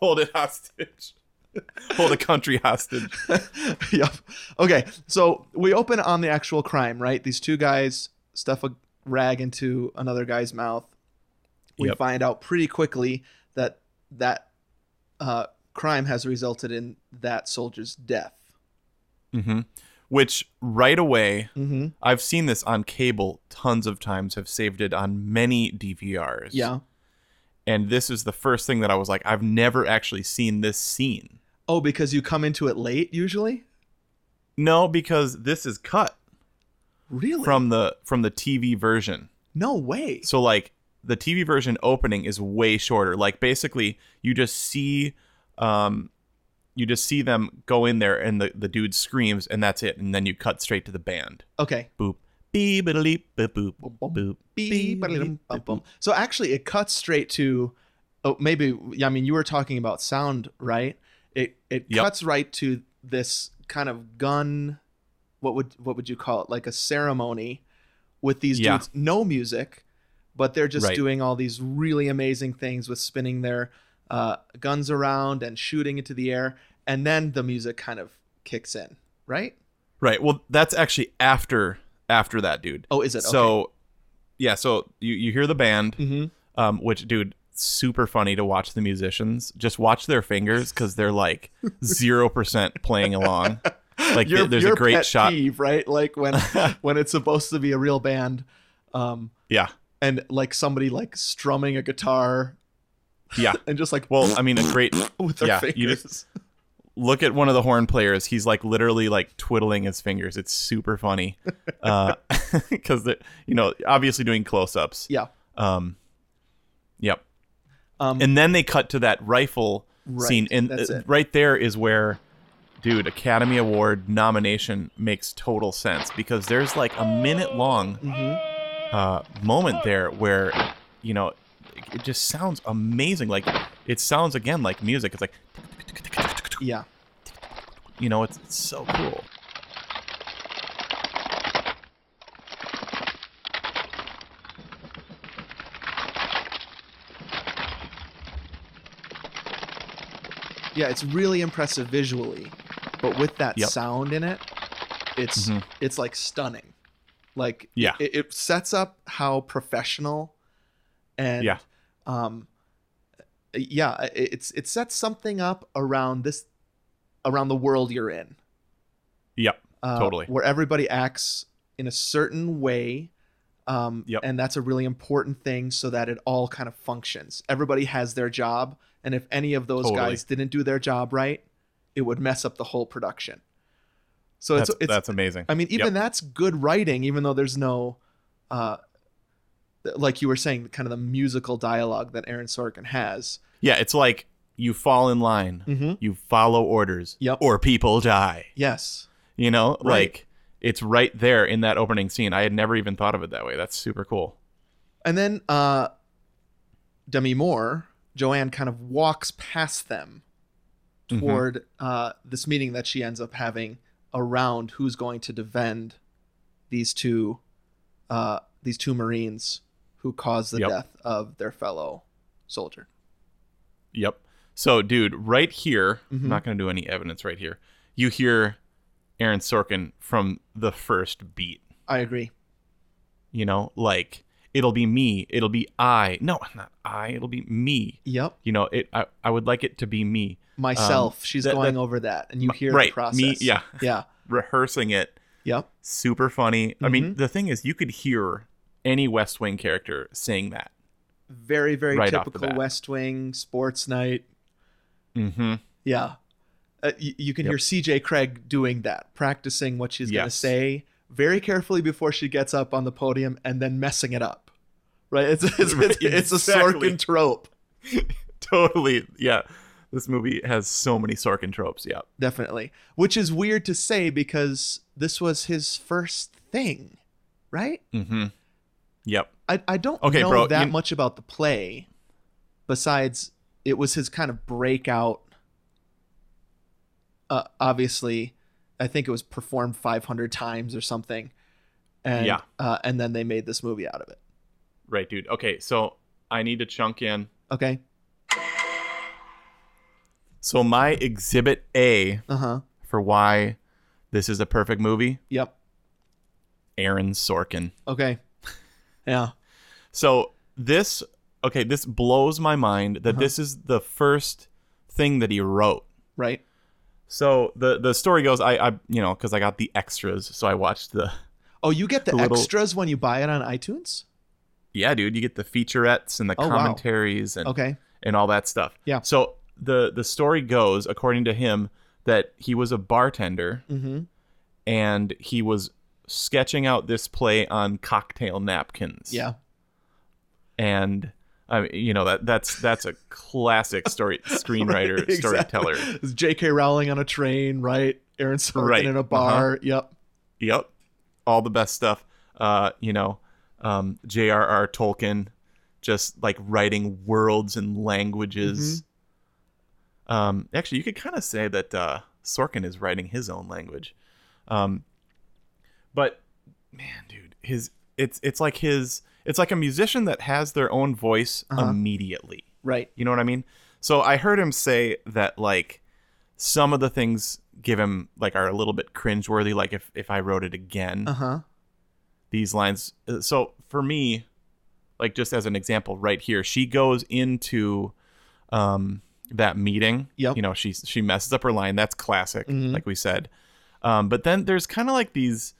B: Hold it hostage. Hold a country hostage.
A: yep. Okay, so we open on the actual crime, right? These two guys stuff a rag into another guy's mouth. We
B: Yep.
A: find out pretty quickly that that uh, crime has resulted in that soldier's death.
B: hmm Which right away,
A: Mhm.
B: I've seen this on cable tons of times. Have saved it on many DVRs.
A: Yeah.
B: And this is the first thing that I was like, I've never actually seen this scene.
A: Oh, because you come into it late usually.
B: No, because this is cut
A: Really?
B: from the from the TV version.
A: no way.
B: So like the TV version opening is way shorter. Like basically you just see um you just see them go in there and the, the dude screams and that's it and then you cut straight to the band.
A: Okay.
B: Boop. Beep beep boop boop boop.
A: Beep, ba-dum, bum, bum. So actually, it cuts straight to. Oh, maybe. I mean, you were talking about sound, right? It it
B: Yep.
A: cuts right to this kind of gun. What would what would you call it? Like a ceremony, with these
B: Yeah.
A: dudes. No music, but they're just
B: Right.
A: doing all these really amazing things with spinning their uh, guns around and shooting into the air, and then the music kind of kicks in, right?
B: Right. Well, that's actually after after that, dude.
A: Oh, is it?
B: So yeah, so you you hear the band,
A: Mhm.
B: um, which dude, super funny to watch the musicians. Just watch their fingers because they're like zero percent playing along. Like
A: your,
B: th- there's
A: your
B: a great
A: pet
B: shot.
A: peeve, right? Like when when it's supposed to be a real band, um,
B: Yeah,
A: and like somebody like strumming a guitar
B: yeah.
A: and just like
B: Well, I mean, a great
A: with their
B: yeah. You
A: fingers.
B: just look at one of the horn players. He's like literally like twiddling his fingers. It's super funny because they're you know obviously doing close ups.
A: yeah.
B: Um, yep.
A: Um,
B: and then they cut to that rifle
A: Right,
B: scene, and
A: that's
B: uh,
A: it.
B: right there is where, dude, Academy Award nomination makes total sense because there's like a minute long
A: Mm-hmm.
B: uh, moment there where, you know, it just sounds amazing. Like it sounds again like music. It's like,
A: Yeah.
B: you know, it's, it's so cool.
A: Yeah, it's really impressive visually, but with that
B: Yep.
A: sound in it, it's
B: Mhm.
A: it's like stunning. Like
B: Yeah.
A: it, it sets up how professional and
B: Yeah.
A: um yeah, it- it's it sets something up around this around the world you're in.
B: Yep.
A: uh,
B: Totally.
A: where everybody acts in a certain way um,
B: Yep.
A: and that's a really important thing so that it all kind of functions everybody has their job and if any of those
B: Totally.
A: guys didn't do their job right it would mess up the whole production so
B: That's,
A: it's, it's
B: that's amazing.
A: i mean even
B: Yep.
A: that's good writing even though there's no uh, th- like you were saying kind of the musical dialogue that aaron sorkin has
B: Yeah, it's like you fall in line,
A: Mhm.
B: you follow orders,
A: Yep.
B: or people die.
A: yes
B: You know,
A: Right.
B: like it's right there in that opening scene. I had never even thought of it that way. That's super cool.
A: And then uh, Demi Moore, Joanne kind of walks past them
B: Mm-hmm.
A: toward uh, this meeting that she ends up having around who's going to defend these two uh, these two Marines who caused the
B: Yep.
A: death of their fellow soldier.
B: Yep. So, dude, right here,
A: Mhm.
B: I'm not going to do any evidence right here. You hear Aaron Sorkin from the first beat.
A: I agree.
B: You know, like it'll be me, it'll be I. No, not I. It'll be me.
A: Yep.
B: You know, it. I, I would like it to be me
A: Myself, she's
B: Um, that-
A: going
B: that-
A: over that, and you hear
B: right,
A: the
B: me-
A: process.
B: yeah.
A: yeah,
B: rehearsing it.
A: yep.
B: super funny. I mean, the thing is, you could hear any West Wing character saying that.
A: Very, very
B: Right off the
A: typical
B: bat.
A: West Wing sports night.
B: Mm-hmm.
A: Yeah. Uh, you, you can hear CJ Craig doing that, practicing what she's going to
B: Yes.
A: say very carefully before she gets up on the podium and then messing it up. Right? It's it's,
B: Right,
A: it's, it's a
B: exactly.
A: Sorkin trope.
B: Totally. Yeah. This movie has so many Sorkin tropes. Yeah.
A: Definitely. Which is weird to say because this was his first thing, right?
B: Mm-hmm. Yep.
A: I, I don't
B: Okay,
A: know
B: bro,
A: that
B: you-
A: much about the play besides it was his kind of breakout. Uh, obviously, I think it was performed 500 times or something. and
B: Yeah.
A: uh, and then they made this movie out of it.
B: Right, dude. Okay, so I need to chunk in.
A: Okay.
B: So my exhibit A
A: Uh huh.
B: for why this is a perfect movie,
A: Yep.
B: Aaron Sorkin.
A: Okay. Yeah.
B: So this okay, this blows my mind that this is the first thing that he wrote.
A: Right.
B: So the the story goes I I you know, cuz I got the extras, so I watched the
A: Oh, you get the,
B: The little-
A: extras when you buy it on iTunes.
B: Yeah, dude, you get the featurettes and the
A: Oh, wow.
B: commentaries and
A: Okay.
B: and all that stuff.
A: Yeah.
B: So the the story goes according to him that he was a bartender
A: Mm-hmm.
B: and he was sketching out this play on cocktail napkins.
A: Yeah.
B: And I mean, you know that that's that's a classic story screenwriter
A: Exactly.
B: storyteller.
A: It's J.K. Rowling on a train, right? Aaron Sorkin
B: Right. Uh-huh.
A: in a bar. Yep.
B: Yep. All the best stuff. Uh, you know, um, J.R.R. Tolkien just like writing worlds and languages. Um, actually, you could kind of say that uh, Sorkin is writing his own language. Um, but man, dude, his it's it's like his it's like a musician that has their own voice
A: Uh-huh.
B: immediately.
A: Right.
B: You know what I mean? So I heard him say that like some of the things give him like are a little bit cringeworthy. Like if if I wrote it again,
A: Uh huh.
B: these lines. uh, So for me, like just as an example, right here, she goes into um that meeting.
A: Yep.
B: You know, she she messes up her line. That's classic,
A: Mhm.
B: like we said. Um, but then there's kind of like these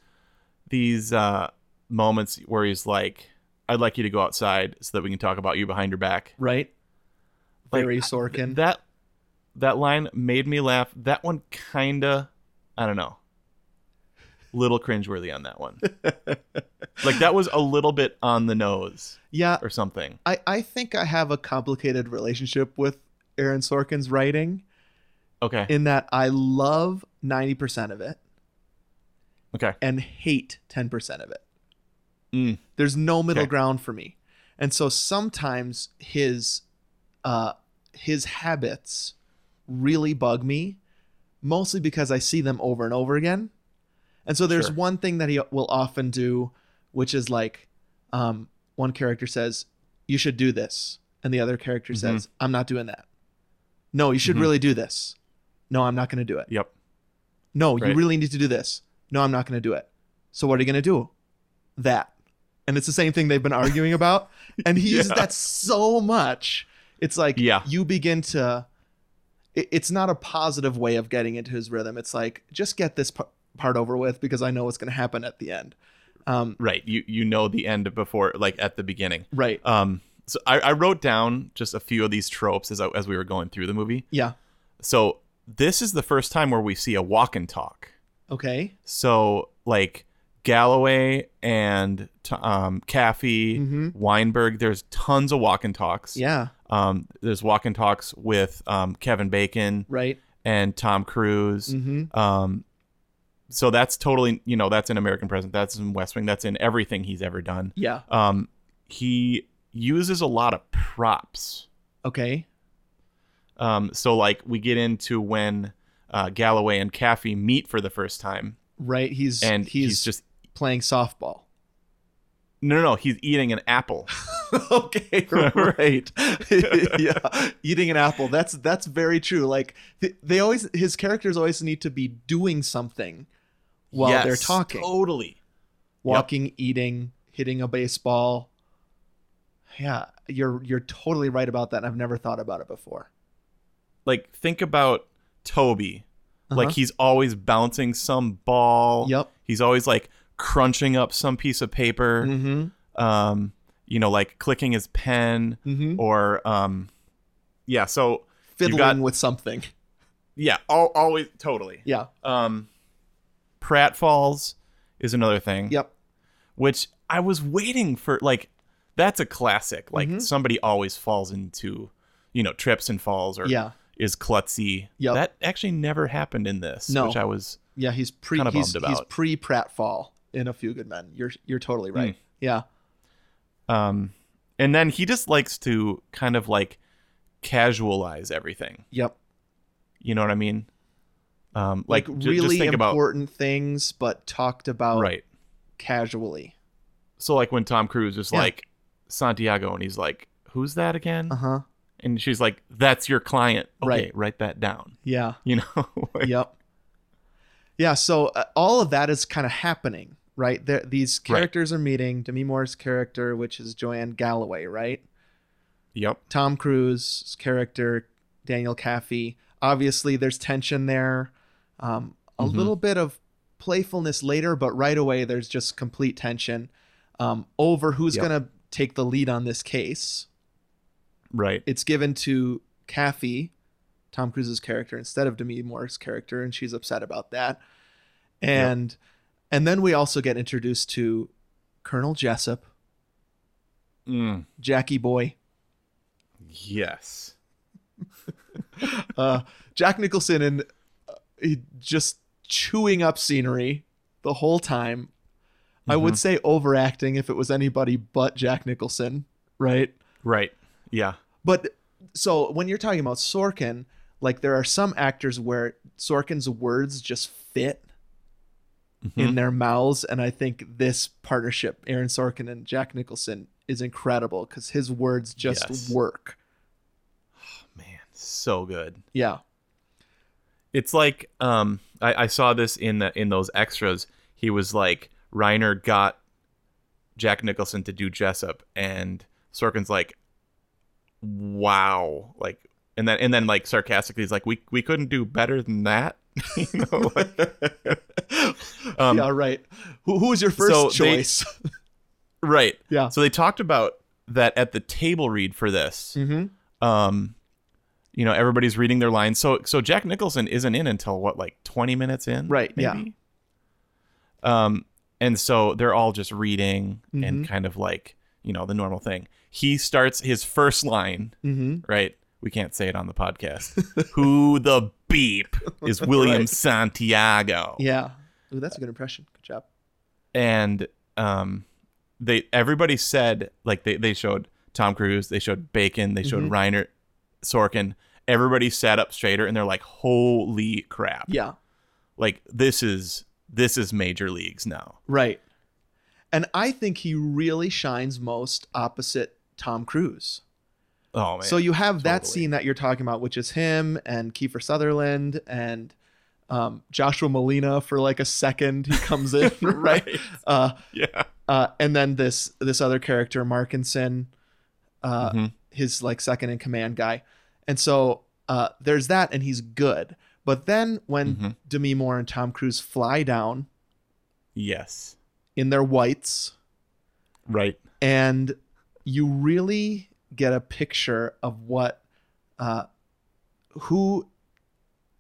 B: these uh moments where he's like, "I'd like you to go outside so that we can talk about you behind your back."
A: Right.
B: Like,
A: Larry Sorkin.
B: that that line made me laugh. That one kinda I don't know. Little cringeworthy on that one. like that was a little bit on the nose
A: yeah.
B: or something.
A: I, I think I have a complicated relationship with Aaron Sorkin's writing
B: Okay.
A: in that I love 90% of it
B: Okay.
A: and hate 10% of it.
B: Mm.
A: There's no middle
B: Okay.
A: ground for me. And so sometimes his uh his habits really bug me mostly because I see them over and over again. And so there's
B: Sure.
A: one thing that he will often do which is like um one character says you should do this and the other character
B: Mhm.
A: says I'm not doing that. No, you should
B: Mhm.
A: really do this. No, I'm not going to do it.
B: Yep.
A: No, you
B: Right.
A: really need to do this. No, I'm not going to do it. So what are you going to do? That. And it's the same thing they've been arguing about. And he uses
B: Yeah.
A: that so much. It's like
B: Yeah.
A: you begin to. it- It's not a positive way of getting into his rhythm. It's like just get this par- part over with because I know what's going to happen at the end. Um,
B: Right. You you know the end before like at the beginning.
A: right.
B: Um so I, I wrote down just a few of these tropes as I, as we were going through the movie.
A: Yeah.
B: So this is the first time where we see a walk and talk.
A: Okay.
B: So like Galloway and t- um, Caffey,
A: Mhm.
B: Weinberg, there's tons of walk and talks.
A: Yeah.
B: Um, there's walk and talks with um, Kevin Bacon
A: Right.
B: and Tom Cruise.
A: Mm-hmm.
B: Um, so that's totally, you know, that's in American Present. That's in West Wing. That's in everything he's ever done.
A: Yeah.
B: Um, he uses a lot of props.
A: Okay.
B: Um, so like we get into when uh, Galloway and Caffey meet for the first time,
A: Right. He's
B: and
A: he's,
B: he's just
A: playing softball.
B: No, no, no. He's eating an apple.
A: okay right yeah eating an apple that's that's very true like th- they always his characters always need to be doing something while
B: Yes, Oh,
A: they're talking
B: Totally.
A: walking eating hitting a baseball yeah you're you're totally right about that and i've never thought about it before
B: Like, think about Toby. Like,
A: Uh-huh.
B: he's always bouncing some ball.
A: Yep.
B: He's always like crunching up some piece of paper.
A: mm-hmm
B: Um, you know, like clicking his pen
A: mm-hmm
B: or, um, yeah. So,
A: fiddling
B: got-
A: with something
B: yeah, all, always totally.
A: yeah
B: Um, Pratt Falls is another thing.
A: yep
B: which I was waiting for. Like, that's a classic. Like,
A: Mhm.
B: somebody always falls into, you know, trips and falls or
A: Yeah.
B: is klutzy.
A: Yep.
B: That actually never happened in this,
A: No.
B: which I was.
A: yeah he's pre
B: Kinda
A: he's,
B: bummed
A: he's
B: about.
A: pre pratfall in a few good men you're you're totally right
B: Mm.
A: yeah
B: Um, and then he just likes to kind of like casualize everything.
A: yep
B: You know what I mean? Um,
A: like,
B: like, ju-
A: really Oh.
B: just think about
A: important things but talked about
B: right,
A: casually.
B: So like when Tom Cruise is
A: Yeah.
B: like Santiago, and he's like, "Who's that again?"
A: Uh huh.
B: And she's like, "That's your client." Okay,
A: Right.
B: write that down.
A: Yeah.
B: You know. Like,
A: yep. Yeah, so uh, all of that is kind of happening, right? There, these
B: Right.
A: characters are meeting. Demi Moore's character, which is Joanne Galloway, right?
B: Yep.
A: Tom Cruise's character, Daniel Caffey. Obviously, there's tension there. Um, a
B: Mhm.
A: little bit of playfulness later, but right away, there's just complete tension um, over who's
B: Yep.
A: going to take the lead on this case.
B: Right.
A: It's given to Caffey, Tom Cruise's character, instead of Demi Moore's character, and she's upset about that. And and then we also get introduced to Colonel Jessup,
B: Mm,
A: Jackie Boy,
B: yes.
A: uh, Jack Nicholson and uh, he just chewing up scenery the whole time. I would say overacting if it was anybody but Jack Nicholson, right?
B: Right. Yeah.
A: But so when you're talking about Sorkin, like there are some actors where Sorkin's words just fit
B: Mm-hmm.
A: in their mouths, and I think this partnership, Aaron Sorkin and Jack Nicholson, is incredible because his words just
B: Yes.
A: work.
B: Man, so good.
A: Yeah.
B: It's like um, I, I saw this in the in those extras. He was like Reiner got Jack Nicholson to do Jessup, and Sorkin's like, "Wow!" Like, and then and then like sarcastically, he's like, "We we couldn't do better than that." you know, like- Um,
A: yeah. Right. Who, who was your first
B: so they-
A: choice?
B: right.
A: Yeah.
B: So they talked about that at the table read for this.
A: mm-hmm.
B: Um, you know, everybody's reading their lines. So so Jack Nicholson isn't in until what, like twenty minutes in?
A: Right, yeah.
B: Yeah. Um, and so they're all just reading and
A: Mhm.
B: kind of like, you know, the normal thing. He starts his first line,
A: Mm-hmm.
B: right? We can't say it on the podcast. Who the beep is William
A: Right.
B: Santiago?
A: Yeah. Ooh, that's a good impression. Good job.
B: and um they everybody said like they, they showed Tom Cruise, they showed Bacon, they showed
A: Mhm.
B: Reiner Sorkin. Everybody sat up straighter and they're like, Holy crap.
A: Yeah.
B: Like this is this is major leagues now.
A: Right. And I think he really shines most opposite Tom Cruise.
B: Oh man.
A: so you have that
B: totally.
A: scene that you're talking about, which is him and Kiefer Sutherland and um, Joshua Molina for like a second. He comes in, right?
B: Right.
A: Uh,
B: Yeah.
A: uh, and then this this other character, Markinson, uh,
B: Mhm.
A: his like second in command guy, and so uh, there's that, and he's good. But then when
B: Mhm.
A: Demi Moore and Tom Cruise fly down
B: Yes.
A: in their whites,
B: Right.
A: and you really get a picture of what uh, who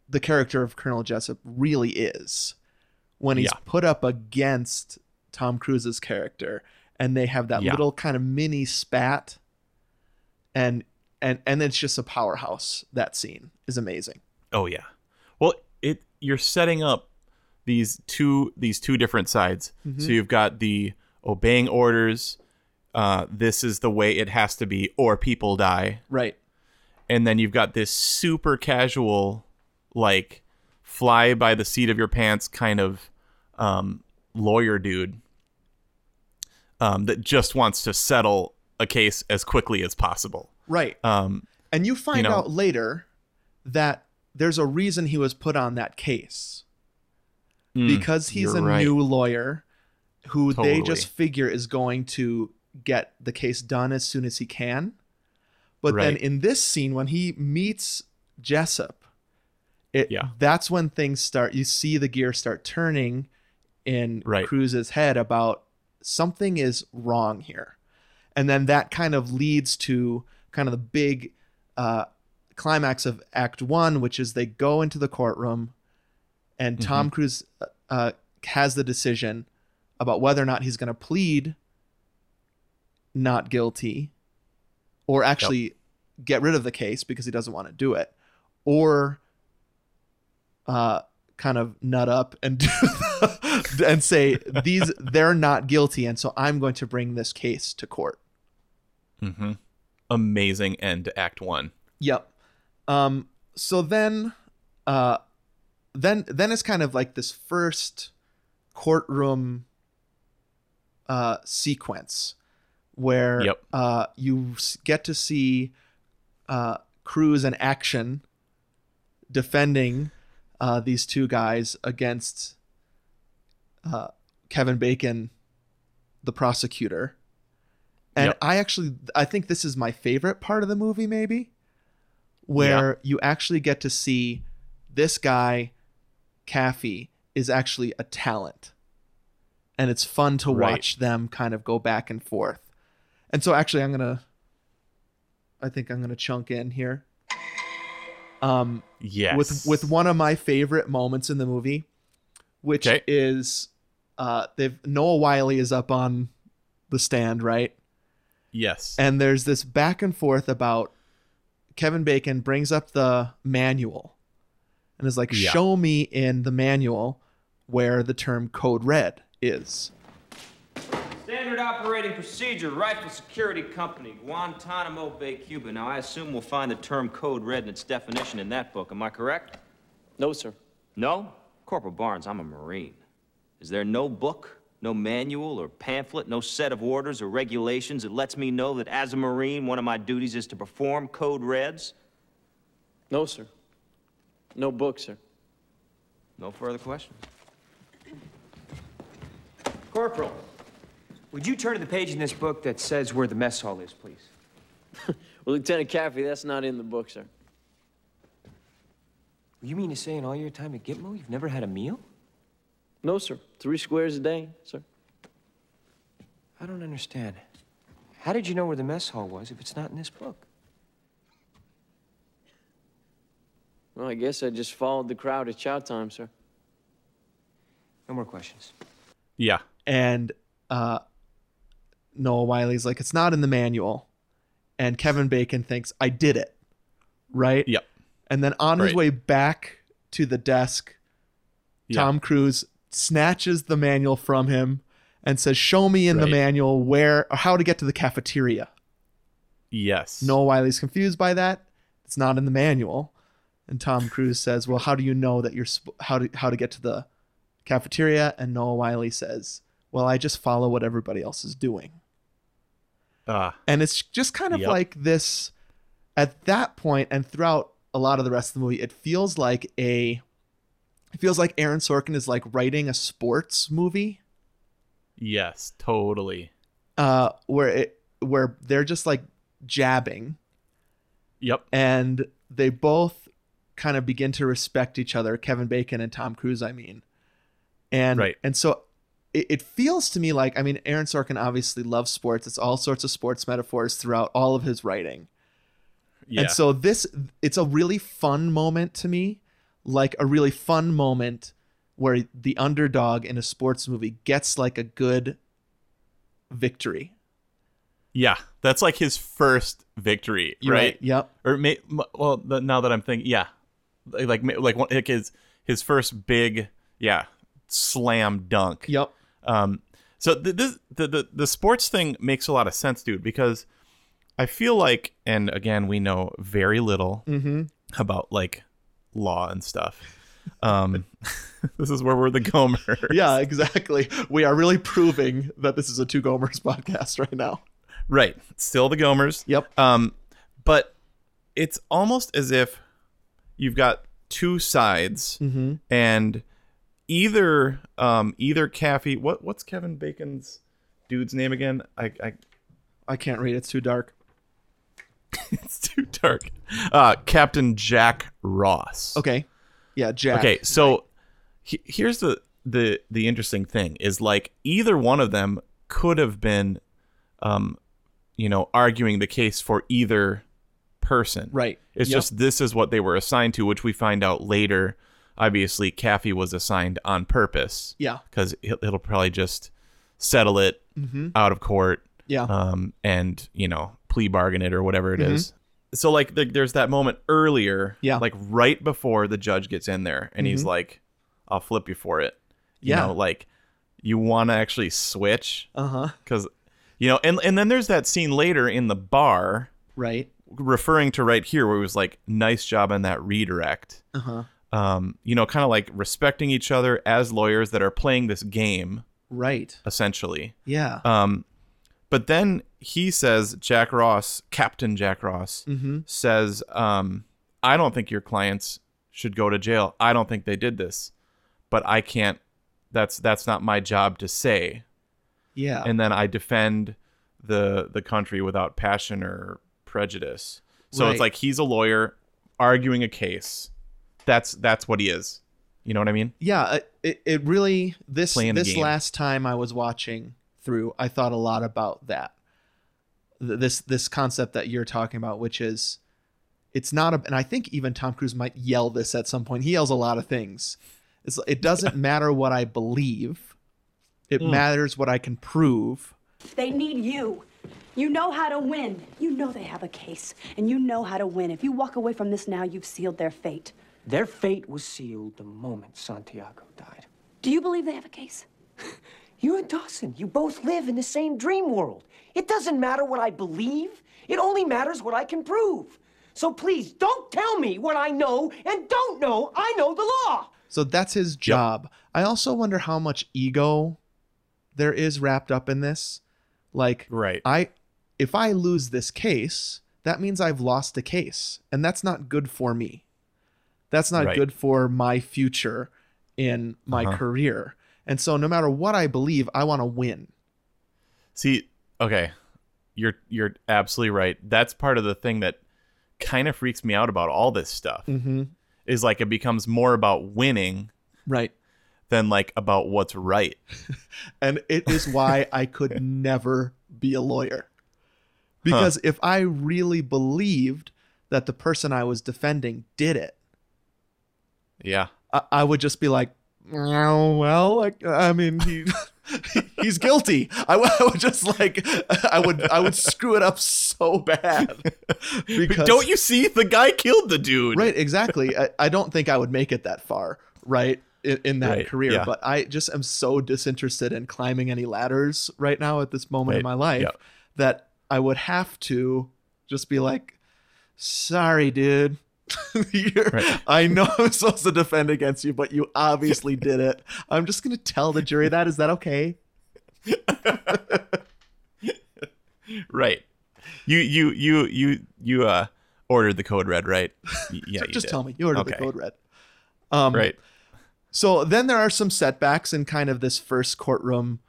A: the character of Colonel Jessup really is when he's
B: Yeah.
A: put up against Tom Cruise's character and they have that
B: Yeah.
A: little kind of mini spat and and and it's just a powerhouse that scene is amazing
B: Oh yeah. Well, it you're setting up these two these two different sides.
A: Mm-hmm.
B: So you've got the obeying orders, uh, this is the way it has to be, or people die.
A: right
B: and then you've got this super casual like fly by the seat of your pants kind of um, lawyer dude um, that just wants to settle a case as quickly as possible
A: right
B: um,
A: and you find
B: know-
A: out later that there's a reason he was put on that case
B: mm,
A: because he's
B: you're
A: a
B: right.
A: new lawyer who they
B: Totally.
A: just figure is going to get the case done as soon as he can. But then
B: Right.
A: in this scene, when he meets Jessup, it
B: Yeah.
A: that's when things start. You see the gear start turning in
B: Right.
A: Cruz's head about something is wrong here, and then that kind of leads to kind of the big uh, climax of Act One, which is they go into the courtroom and Tom Cruise uh, has the decision about whether or not he's going to plead not guilty or actually get rid of the case because he doesn't want to do it or uh, kind of nut up and do and say these they're not guilty and so I'm going to bring this case to court.
B: Mhm. amazing end to act one
A: Yep. Um, so then, uh, then then it's kind of like this first courtroom uh, sequence where
B: Yep.
A: uh, you s- get to see uh, Cruz in action defending uh, these two guys against uh, Kevin Bacon, the prosecutor. And
B: Yep.
A: I actually, I think this is my favorite part of the movie, maybe, where you actually get to see this guy, Caffey, is actually a talent. And it's fun to
B: Right.
A: watch them kind of go back and forth. And so actually I'm gonna I think I'm gonna chunk in here. Um
B: Yes.
A: with with one of my favorite moments in the movie, which
B: Okay.
A: is uh they've Noah Wiley is up on the stand, right?
B: Yes.
A: And there's this back and forth about Kevin Bacon brings up the manual and is like,
B: Yeah.
A: show me in the manual where the term code red is.
F: Standard operating procedure, Rifle Security Company, Guantanamo Bay, Cuba. Now, I assume we'll find the term code red and its definition in that book. Am I correct?
D: No, sir.
F: No? Corporal Barnes, I'm a Marine. Is there no book, no manual or pamphlet, no set of orders or regulations that lets me know that as a Marine, one of my duties is to perform code reds?
D: No, sir. No book, sir.
F: No further questions. Corporal.
I: Would you turn to the page in this book that says where the mess hall is, please?
D: Well, Lieutenant Caffey, that's not in the book, sir.
I: You mean to say in all your time at Gitmo, you've never had a meal?
D: No, sir. Three squares a day, sir.
I: I don't understand. How did you know where the mess hall was if it's not in this book?
D: Well, I guess I just followed the crowd at chow time, sir.
I: No more questions.
B: yeah.
A: and uh, Noah Wiley's like, it's not in the manual. And Kevin Bacon thinks, I did it. Right?
B: Yep.
A: And then on his
B: Right.
A: way back to the desk,
B: Yeah.
A: Tom Cruise snatches the manual from him and says, Show me in the
B: Right.
A: manual where or how to get to the cafeteria.
B: Yes.
A: Noah Wiley's confused by that. It's not in the manual. And Tom Cruise says, "Well, how do you know that you're sp- how to how to get to the cafeteria?" And Noah Wiley says, "Well, I just follow what everybody else is doing."
B: Uh,
A: And it's just kind of
B: Yep.
A: like this at that point and throughout a lot of the rest of the movie, it feels like a it feels like Aaron Sorkin is like writing a sports movie
B: yes. Totally.
A: uh where it where they're just like jabbing
B: Yep.
A: and they both kind of begin to respect each other kevin bacon and tom cruise i mean and
B: Right.
A: and so it, it feels to me like i mean aaron sorkin obviously loves sports it's all sorts of sports metaphors throughout all of his writing
B: Yeah.
A: and so this it's a really fun moment to me, like a really fun moment where the underdog in a sports movie gets like a good victory.
B: yeah. That's like his first victory,
A: You're
B: right?
A: Yep.
B: Or may, m- well, the, now that I'm thinking, yeah, like like, ma- like one, like his his first big, yeah, slam dunk.
A: Yep.
B: Um, so the, this, the the the sports thing makes a lot of sense, dude, because I feel like, and again, we know very little about like law and stuff. Um, this is where we're the Gomer.
A: Yeah, exactly. We are really proving that this is a two gomers podcast right now.
B: Right. Still the Gomers.
A: Yep.
B: Um, but it's almost as if you've got two sides and either um either Caffey what what's Kevin Bacon's dude's name again? I, I
A: I can't read, it's too dark.
B: it's too dark. Uh Captain Jack Ross.
A: Okay. Yeah, Jack.
B: Okay, so he, here's the the the interesting thing is like either one of them could have been, um, you know, arguing the case for either person.
A: Right.
B: It's
A: Yep.
B: just this is what they were assigned to, which we find out later. Obviously, Caffey was assigned on purpose.
A: Yeah.
B: Because it'll probably just settle it
A: Mm-hmm.
B: out of court
A: Yeah.
B: um, and you know plea bargain it or whatever it is. So like there there's that moment earlier,
A: Mm-hmm. Yeah. Mm-hmm.
B: like right before the judge gets in there, and he's like, "I'll flip you for it." You
A: Yeah.
B: know, like you want to actually switch
A: Uh-huh.
B: because you know, and and then there's that scene later in the bar
A: Right.
B: referring to right here where it was like, "Nice job on that redirect."
A: Uh-huh.
B: Um, you know, kind of like respecting each other as lawyers that are playing this game
A: Right.
B: essentially.
A: Yeah.
B: Um, but then he says, Jack Ross, Captain Jack Ross,
A: Mhm.
B: says, um, I don't think your clients should go to jail. I don't think they did this, but I can't. That's that's not my job to say.
A: Yeah.
B: And then I defend the the country without passion or prejudice. So
A: Right.
B: it's like he's a lawyer arguing a case. That's that's what he is. You know what I mean?
A: yeah uh, it, it really this
B: Playing the
A: this
B: game.
A: last time i was watching through i thought a lot about that Th- this this concept that you're talking about which is it's not a, and i think even tom cruise might yell this at some point he yells a lot of things it's, it doesn't matter what i believe it
K: Mm.
A: matters what i can prove
K: They need you. You know how to win. You know they have a case, and you know how to win. If you walk away from this now, you've sealed their fate.
I: Their fate was sealed the moment Santiago died.
K: Do you believe they have a case?
I: You and Dawson, you both live in the same dream world. It doesn't matter what I believe, it only matters what I can prove. So please don't tell me what I know and don't know. I know the law.
A: so that's his job i also wonder how much ego there is wrapped up in this like
B: right
A: i if i lose this case that means i've lost the case and that's not good for me that's not
B: Right.
A: good for my future in my
B: Uh-huh.
A: career and so no matter what i believe i want to win
B: See, okay, you're you're absolutely right. That's part of the thing that kind of freaks me out about all this stuff
A: mm-hmm.
B: is like it becomes more about winning
A: right
B: than like about what's right.
A: and it is why i could never be a lawyer because if i really believed that the person i was defending did it
B: Yeah.
A: I, I would just be like, "Oh, well, like, I mean, he, he's guilty. I, w- I would just like, I would, I would screw it up so bad. Because
B: Don't you see? The guy killed the dude.
A: Right, exactly. I, I don't think I would make it that far, right, in, in that
B: Right,
A: career.
B: yeah.
A: But I just am so disinterested in climbing any ladders right now at this moment in
B: Right,
A: my life
B: yeah.
A: that I would have to just be like, sorry, dude. You're- I know I'm supposed to defend against you, but you obviously did it. I'm just going to tell the jury that. Is that okay?
B: Right. You you you you you uh ordered the code red, right? Y- Yeah. you
A: just
B: did.
A: tell me. You ordered the
B: Okay.
A: code red. Um,
B: Right.
A: So then there are some setbacks in kind of this first courtroom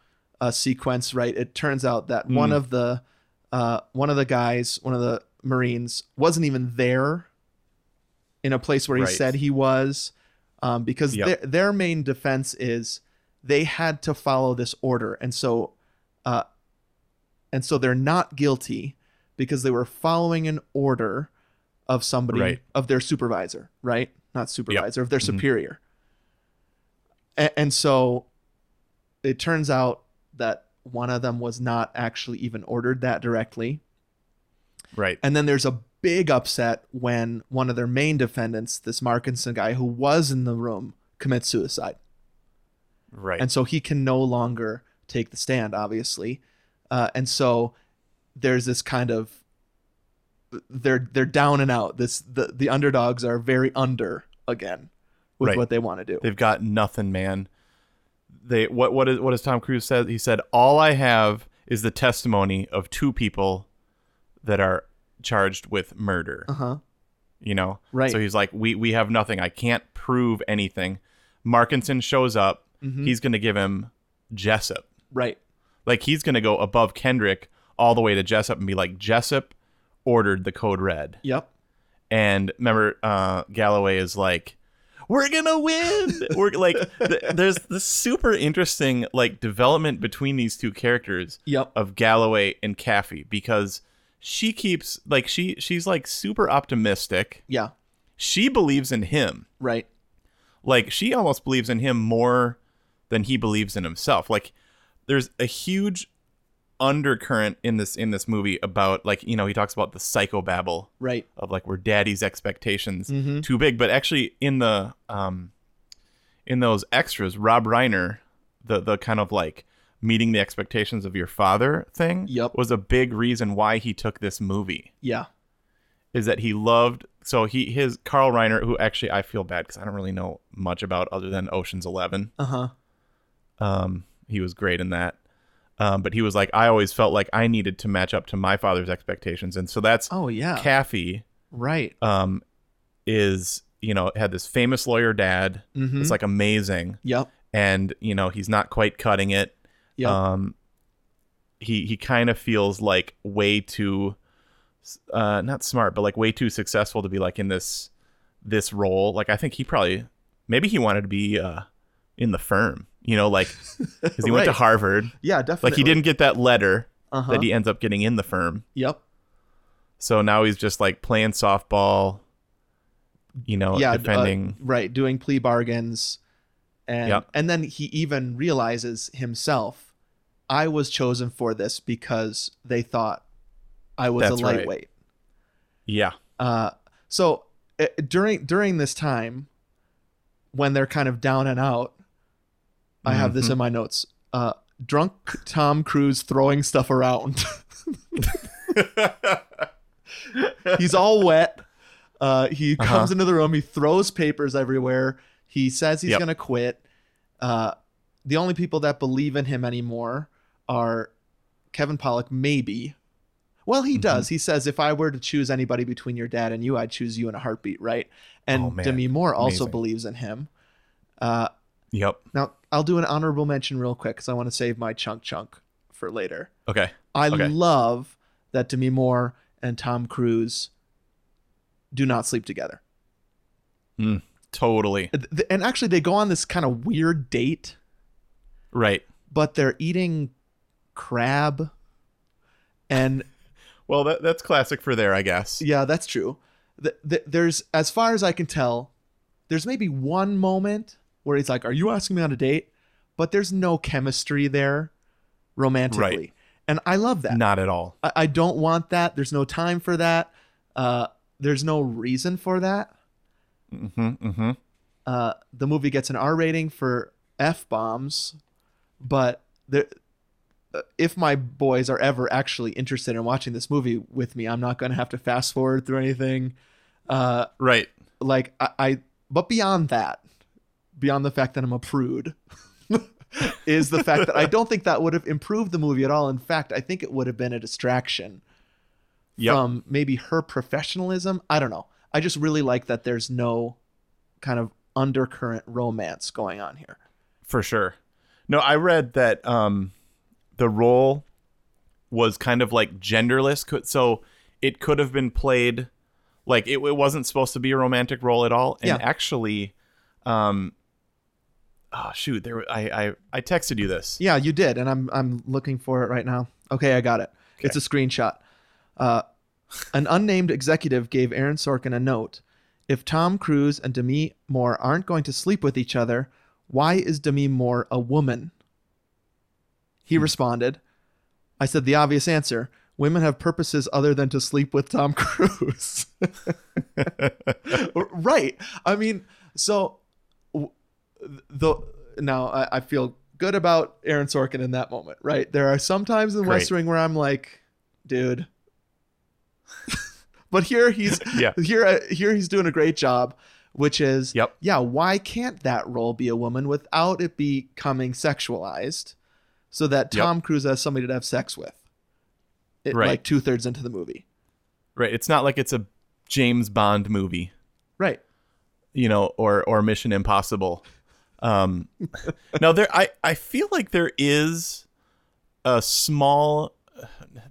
A: uh, sequence, right? It turns out that one
B: Mm.
A: of the uh, one of the guys, one of the Marines, wasn't even there in a place where he
B: Right.
A: said he was, um, because
B: Yep.
A: their their main defense is they had to follow this order, and so uh, and so they're not guilty because they were following an order of somebody
B: Right.
A: of their supervisor, right? Not supervisor of their
B: Mhm.
A: superior. And, and so it turns out that one of them was not actually even ordered that directly.
B: Right.
A: And then there's a big upset when one of their main defendants, this Markinson guy who was in the room, commits suicide.
B: Right.
A: And so he can no longer take the stand, obviously. Uh, and so there's this kind of they're they're down and out. This the, the underdogs are very under again with
B: Right.
A: what they want to do.
B: They've got nothing, man. They what what is what does Tom Cruise said? He said, "All I have is the testimony of two people that are charged with murder."
A: Uh-huh.
B: You know,
A: Right.
B: So he's like, "We we have nothing. I can't prove anything." Markinson shows up.
A: Mhm.
B: He's gonna give him Jessup.
A: Right.
B: Like he's gonna go above Kendrick all the way to Jessup and be like, "Jessup ordered the code red."
A: Yep.
B: and remember uh Galloway is like we're gonna win we're like th- there's this super interesting like development between these two characters
A: Yep.
B: of Galloway and Caffey because she keeps like she she's like super optimistic
A: Yeah.
B: she believes in him
A: Right.
B: like she almost believes in him more than he believes in himself like there's a huge undercurrent in this in this movie about like you know he talks about the psychobabble
A: Right.
B: of like were daddy's expectations
A: Mhm.
B: too big but actually in the um in those extras rob reiner the the kind of like meeting the expectations of your father thing
A: Yep.
B: was a big reason why he took this movie
A: Yeah.
B: is that he loved so he his Carl Reiner, who actually
A: Uh-huh.
B: I feel bad because I don't really know much about other than Ocean's Eleven.
A: Uh huh.
B: Um, He was great in that. Um, but he was like, I always felt like I needed to match up to my father's expectations, and so that's
A: Oh, yeah.
B: Kathy,
A: Right.
B: Um, is you know had this famous lawyer dad.
A: Mhm.
B: It's like amazing.
A: Yep.
B: And you know he's not quite cutting it.
A: Yep.
B: Um, he he kind of feels like way too, uh, not smart, but like way too successful to be like in this this role. Like I think he probably maybe he wanted to be uh in the firm. You know, like because he went to
A: Right.
B: Harvard.
A: Yeah,
B: Like he
A: definitely.
B: didn't get that letter
A: Uh-huh.
B: that he ends up getting in the firm.
A: Yep.
B: So now he's just like playing softball, you know,
A: yeah, d- uh,
B: defending.
A: right, doing plea bargains, and
B: Yep.
A: and then he even realizes himself, I was chosen for this because they thought I was
B: That's
A: a
B: right.
A: lightweight.
B: yeah.
A: Uh, so uh, during during this time, when they're kind of down and out, I have this
B: Mhm.
A: in my notes. Uh, drunk Tom Cruise throwing stuff around. He's all wet. Uh, he
B: Uh-huh.
A: comes into the room. He throws papers everywhere. He says he's
B: Yep.
A: going to quit. Uh, the only people that believe in him anymore are Kevin Pollock, maybe. Well,
B: Mm-hmm.
A: he does. He says, if I were to choose anybody between your dad and you, I'd choose you in a heartbeat, right? And
B: Oh, man.
A: Demi Moore also
B: Amazing.
A: believes in him. Uh,
B: Yep.
A: now, I'll do an honorable mention real quick because I want to save my chunk chunk for later.
B: Okay.
A: I
B: okay.
A: love that Demi Moore and Tom Cruise do not sleep together.
B: Mm, totally.
A: Th- th- And actually, they go on this kind of weird date,
B: Right.
A: but they're eating crab. And
B: Well, that, that's classic for there, I guess.
A: yeah, that's true. Th- th- There's, as far as I can tell, there's maybe one moment where he's like, Are you asking me on a date? But there's no chemistry there romantically. And I love that.
B: Not at all.
A: I, I don't want that. There's no time for that. Uh, there's no reason for that.
B: Mm-hmm. Mm-hmm.
A: Uh, the movie gets an R rating for f bombs, but there, uh, if my boys are ever actually interested in watching this movie with me, I'm not going to have to fast forward through anything. Uh,
B: Right.
A: like I, I, but beyond that, beyond the fact that I'm a prude, is the fact that I don't think that would have improved the movie at all. In fact, I think it would have been a distraction
B: Yep.
A: from maybe her professionalism. I don't know. I just really like that there's no kind of undercurrent romance going on here.
B: for sure. No, I read that um, the role was kind of like genderless, co- so it could have been played like it, it wasn't supposed to be a romantic role at all. And
A: Yeah.
B: actually, um, oh shoot, there wa- I, I I texted you this.
A: Yeah, you did, and I'm I'm looking for it right now. Okay, I got it. It's a screenshot. Uh, an unnamed executive gave Aaron Sorkin a note. If Tom Cruise and Demi Moore aren't going to sleep with each other, why is Demi Moore a woman?
B: Hmm.
A: He responded, I said the obvious answer. Women have purposes other than to sleep with Tom Cruise. right. I mean, so w- the now I, I feel good about Aaron Sorkin in that moment, right? There are some times in the West
B: Great.
A: Wing where I'm like, dude. but here he's
B: Yeah.
A: here uh, here he's doing a great job, which is
B: Yep.
A: yeah, why can't that role be a woman without it becoming sexualized so that
B: Yep.
A: Tom Cruise has somebody to have sex with? It,
B: Right.
A: Like two thirds into the movie.
B: Right. It's not like it's a James Bond movie.
A: Right.
B: you know, or or Mission Impossible. Um, now there, I I feel like there is a small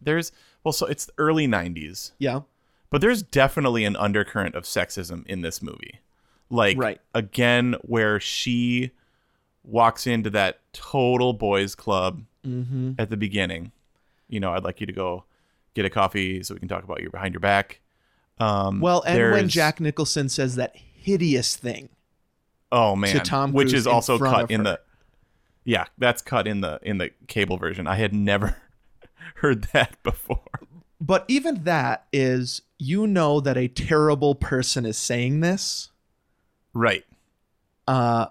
B: there's well, so it's the early '90s,
A: Yeah.
B: but there's definitely an undercurrent of sexism in this movie. Like
A: Right.
B: again, where she walks into that total boys club
A: Mm-hmm.
B: at the beginning. You know, I'd like you to go get a coffee so we can talk about you behind your back. Um,
A: Well, and when
B: there's-
A: Jack Nicholson says that hideous thing,
B: Oh man,
A: Tom
B: which
A: Cruise
B: is
A: in
B: also
A: front
B: cut
A: of
B: in
A: her.
B: the yeah, that's cut in the in the cable version. I had never heard that before.
A: but even that is you know that a terrible person is saying this.
B: Right.
A: Uh,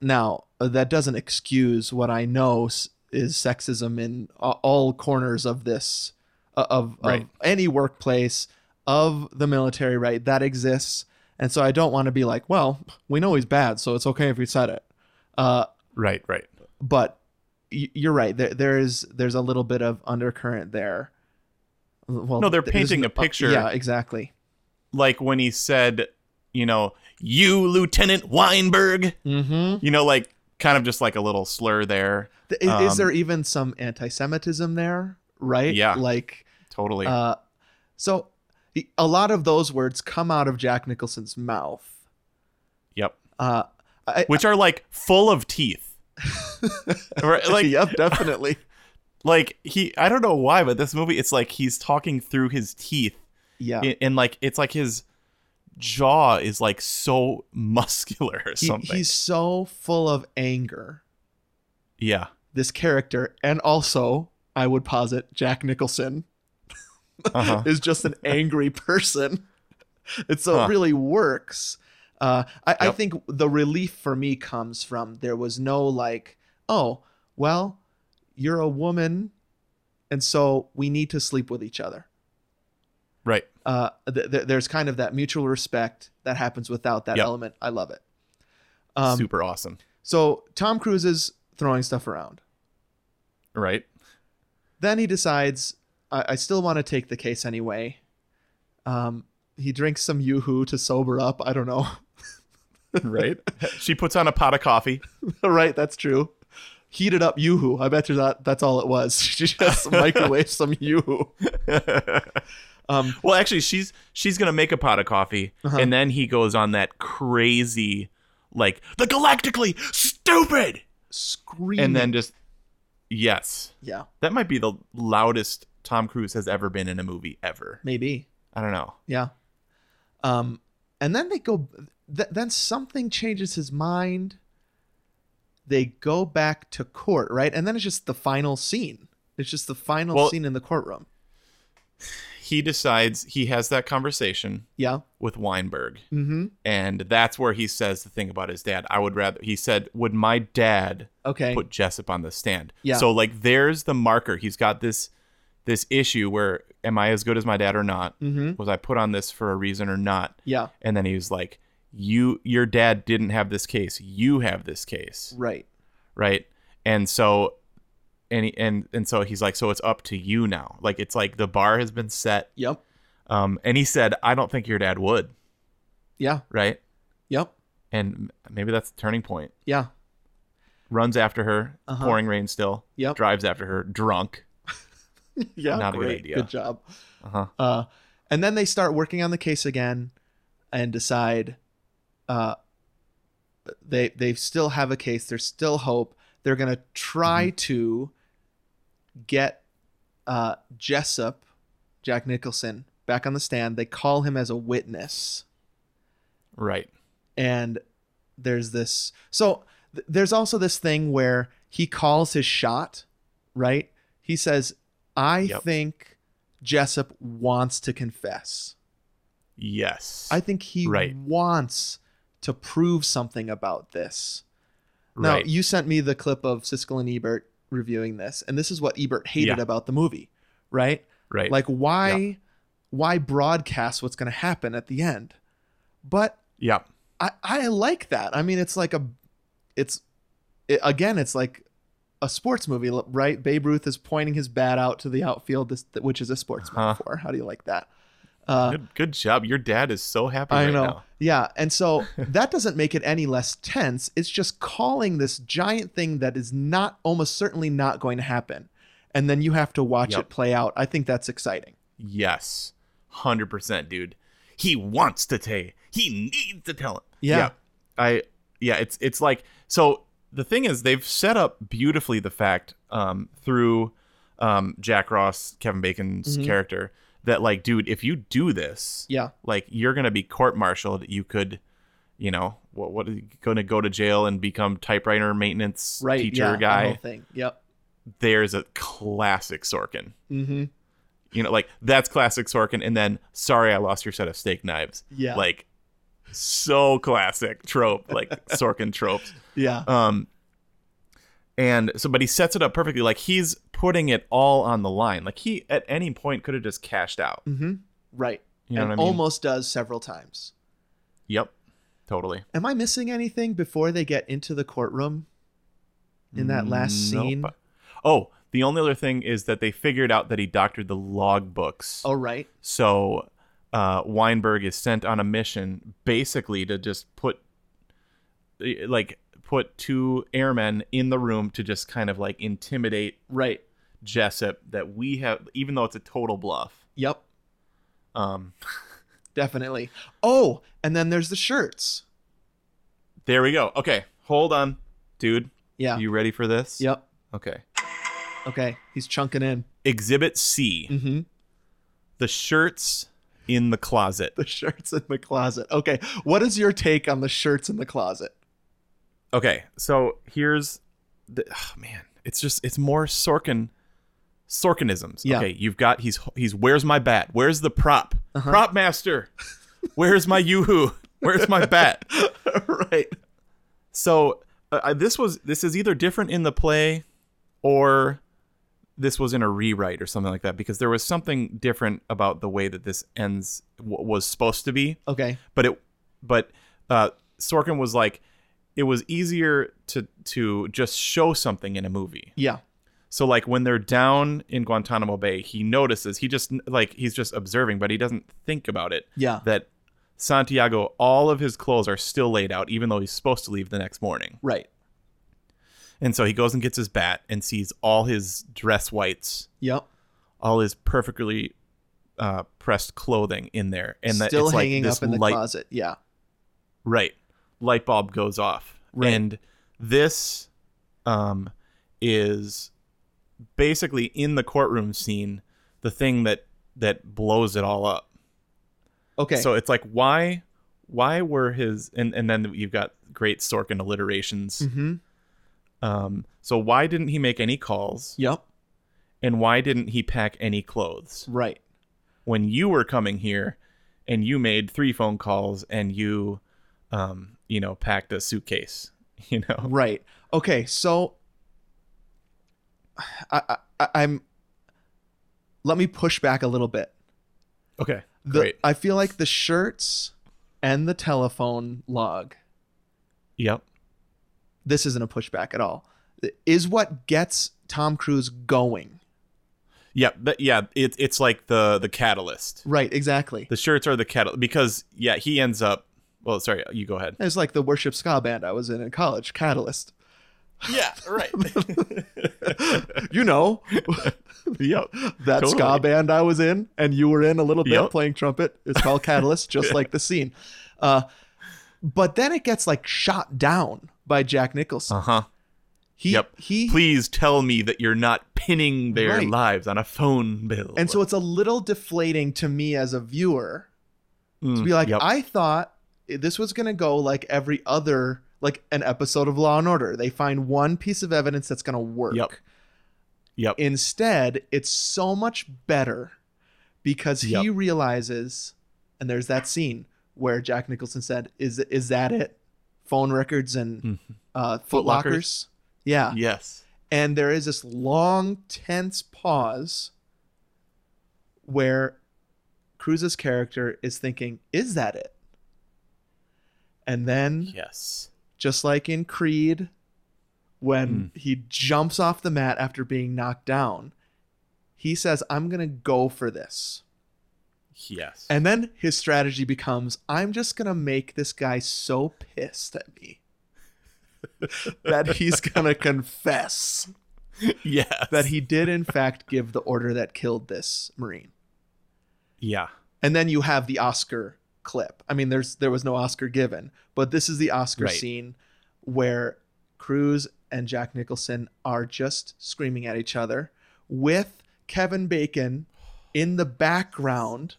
A: now uh, that doesn't excuse what I know s- is sexism in a- all corners of this, uh, of,
B: Right.
A: of any workplace, of the military, right? That exists, and so I don't want to be like, well, we know he's bad, so it's okay if we said it. Uh,
B: Right, right.
A: but y- you're right. There, there's there's a little bit of undercurrent there. Well,
B: no, they're
A: th- this is
B: painting a
A: the- uh,
B: picture.
A: yeah, exactly.
B: Like when he said, you know, you Lieutenant Weinberg.
A: Mm-hmm.
B: You know, like kind of just like a little slur there.
A: Is, is
B: Um,
A: there even some anti-Semitism there? Right?
B: Yeah.
A: Like,
B: totally?
A: uh, so the- a lot of those words come out of Jack Nicholson's mouth.
B: yep.
A: Uh, I,
B: Which are like full of teeth. Right, like
A: yep, definitely.
B: like he I don't know why, but this movie it's like he's talking through his teeth.
A: Yeah.
B: And, and, like it's like his jaw is like so muscular or
A: He-
B: something.
A: he's so full of anger.
B: yeah.
A: This character, and also I would posit Jack Nicholson
B: Uh-huh.
A: is just an angry person. And so
B: Huh.
A: it really works. Uh, I, I
B: Yep.
A: think the relief for me comes from there was no like, oh, well, you're a woman, and so we need to sleep with each other.
B: right.
A: Uh, th- th- there's kind of that mutual respect that happens without that
B: Yep.
A: element. I love it. Um,
B: Super awesome.
A: So Tom Cruise is throwing stuff around.
B: Right.
A: Then he decides, I, I still want to take the case anyway. Um, he drinks some yoo-hoo to sober up. I don't know.
B: Right. she puts on a pot of coffee.
A: right, that's true. Heated up yoo-hoo. I bet you that that's all it was. she just microwaved some yoo-hoo. Um,
B: Well, actually, she's she's gonna make a pot of coffee,
A: Uh-huh.
B: and then he goes on that crazy, like the galactically stupid,
A: screaming.
B: and then just yes,
A: yeah,
B: that might be the loudest Tom Cruise has ever been in a movie ever.
A: maybe.
B: I don't know.
A: Yeah. Um, and then they go. Th- then something changes his mind. They go back to court, right? And then it's just the final scene. It's just the final
B: Well-
A: scene in the courtroom.
B: He decides he has that conversation
A: Yeah.
B: with Weinberg,
A: Mm-hmm.
B: and that's where he says the thing about his dad. I would rather he said, "Would my dad
A: Okay.
B: put Jessup on the stand?"
A: Yeah.
B: So like, there's the marker. He's got this this issue where am I as good as my dad or not?
A: mm-hmm.
B: was I put on this for a reason or not?
A: Yeah.
B: And then he was like, "You, your dad didn't have this case. You have this case,
A: Right.
B: right?" And so, and he, and and so he's like, "So it's up to you now. Like it's like the bar has been set."
A: Yep.
B: Um, and he said, "I don't think your dad would,
A: Yeah.
B: right?"
A: Yep.
B: And m- maybe that's the turning point.
A: Yeah.
B: Runs after her,
A: Uh-huh.
B: pouring rain still.
A: Yep.
B: Drives after her, drunk.
A: Yeah.
B: Not a good
A: great.
B: idea.
A: Good job.
B: Uh huh.
A: Uh, and then they start working on the case again, and decide, uh, they they still have a case. There's still hope. They're gonna try to get uh, Jessup, Jack Nicholson, back on the stand. They call him as a witness,
B: Right.
A: and there's this. So th- there's also this thing where he calls his shot, right? He says, "I
B: Yep.
A: think Jessup wants to confess."
B: Yes.
A: I think he
B: Right.
A: wants to prove something about this. Now,
B: right.
A: you sent me the clip of Siskel and Ebert reviewing this, and this is what Ebert hated
B: Yeah.
A: about the movie, right?
B: right.
A: Like why why broadcast what's going to happen at the end? But
B: yeah.
A: I I like that. I mean, it's like a it's it, again, it's like a sports movie, right? Babe Ruth is pointing his bat out to the outfield, this, which is a sports
B: Uh-huh.
A: metaphor. How do you like that? Uh,
B: Good, good job. Your dad is so happy.
A: I
B: right
A: know.
B: Now.
A: Yeah. And so that doesn't make it any less tense. It's just calling this giant thing that is not almost certainly not going to happen. And then you have to watch
B: Yep.
A: it play out. I think that's exciting.
B: Yes. 100%, dude. He wants to take. He needs to tell him.
A: Yeah.
B: I yeah, it's it's like so the thing is they've set up beautifully the fact um through um Jack Ross, Kevin Bacon's
A: Mhm.
B: character that like dude, if you do this,
A: Yeah.
B: like you're going to be court-martialed, you could you know, what what going to go to jail and become typewriter maintenance
A: Right.
B: teacher
A: yeah, that whole
B: guy.
A: thing. Yep.
B: There's a classic Sorkin.
A: Mm-hmm.
B: You know, like that's classic Sorkin. And then, sorry, I lost your set of steak knives.
A: Yeah.
B: Like, so classic trope, like Sorkin tropes.
A: Yeah.
B: Um, and so, but he sets it up perfectly. Like he's putting it all on the line. Like he at any point could have just cashed out.
A: mm-hmm. Right.
B: You know
A: and
B: what I mean?
A: almost does several times.
B: Yep. Totally.
A: Am I missing anything before they get into the courtroom in that last
B: Mm, Nope.
A: scene?
B: Oh, the only other thing is that they figured out that he doctored the logbooks.
A: Oh, right.
B: So uh, Weinberg is sent on a mission basically to just put, eh, like, put two airmen in the room to just kind of like intimidate
A: right
B: Jessup that we have, even though it's a total bluff.
A: Yep.
B: Um,
A: Definitely. Oh, and then there's the shirts.
B: there we go. Okay, hold on, dude.
A: Yeah.
B: You ready for this?
A: Yep.
B: Okay.
A: Okay. He's chunking in.
B: Exhibit C.
A: Mm-hmm.
B: The shirts in the closet.
A: The shirts in the closet. Okay. What is your take on the shirts in the closet?
B: Okay, so here's the oh, man. It's just it's more Sorkin Sorkinisms.
A: Yeah.
B: Okay, you've got he's he's where's my bat? Where's the prop?
A: Uh-huh.
B: Prop master. Where's my yoo-hoo? Where's my bat?
A: right.
B: So uh, I- this was this is either different in the play or this was in a rewrite or something like that because there was something different about the way that this ends w- was supposed to be
A: Okay.
B: but it but uh Sorkin was like it was easier to to just show something in a movie.
A: Yeah.
B: So like when they're down in Guantanamo Bay, he notices he just like he's just observing but he doesn't think about it.
A: Yeah.
B: That Santiago all of his clothes are still laid out even though he's supposed to leave the next morning.
A: Right.
B: And so he goes and gets his bat and sees all his dress whites,
A: Yep.
B: all his perfectly uh, pressed clothing in there and that
A: Still
B: it's like
A: hanging
B: this
A: up in the
B: light
A: closet. Yeah.
B: Right. Light bulb goes off.
A: Right.
B: And this um is basically in the courtroom scene the thing that that blows it all up.
A: Okay.
B: So it's like why why were his and and then you've got great Sorkin alliterations.
A: Mhm.
B: Um so why didn't he make any calls
A: Yep.
B: and why didn't he pack any clothes?
A: Right.
B: when you were coming here and you made three phone calls and you um you know packed a suitcase you know
A: Right. Okay. So I, I- I I'm let me push back a little bit.
B: okay
A: The,
B: great
A: I feel like the shirts and the telephone log
B: yep
A: this isn't a pushback at all is what gets tom cruise going
B: yep but yeah it, it's like the the catalyst
A: right exactly
B: the shirts are the catalyst because yeah he ends up well sorry you go ahead
A: it's like the worship ska band i was in in college catalyst
B: yeah right
A: you know
B: yep
A: that ska
B: Totally.
A: band i was in and you were in a little bit
B: Yep.
A: playing trumpet it's called catalyst just like the scene uh, but then it gets like shot down by jack nicholson
B: uh-huh
A: he
B: yep
A: he
B: please tell me that you're not pinning their
A: Right.
B: lives on a phone bill
A: And so it's a little deflating to me as a viewer to
B: Mm,
A: be like,
B: yep.
A: I thought this was going to go like every other, like an episode of Law and Order. They find one piece of evidence that's going to work.
B: Yep. Yep.
A: Instead, it's so much better because he
B: Yep.
A: realizes, and there's that scene where Jack Nicholson said, "Is is that it? Phone records and uh, foot
B: Mm-hmm. Lockers.
A: lockers." Yeah.
B: yes
A: And there is this long, tense pause where Cruz's character is thinking, is that it? And then,
B: yes
A: just like in Creed, when he jumps off the mat after being knocked down, he says, I'm going to go for this.
B: yes
A: And then his strategy becomes, I'm just going to make this guy so pissed at me that he's going to confess
B: yes
A: that he did in fact give the order that killed this marine
B: yeah
A: and then you have the oscar clip i mean there's there was no oscar given but this is the oscar
B: Right.
A: scene where cruz and jack nicholson are just screaming at each other with kevin bacon in the background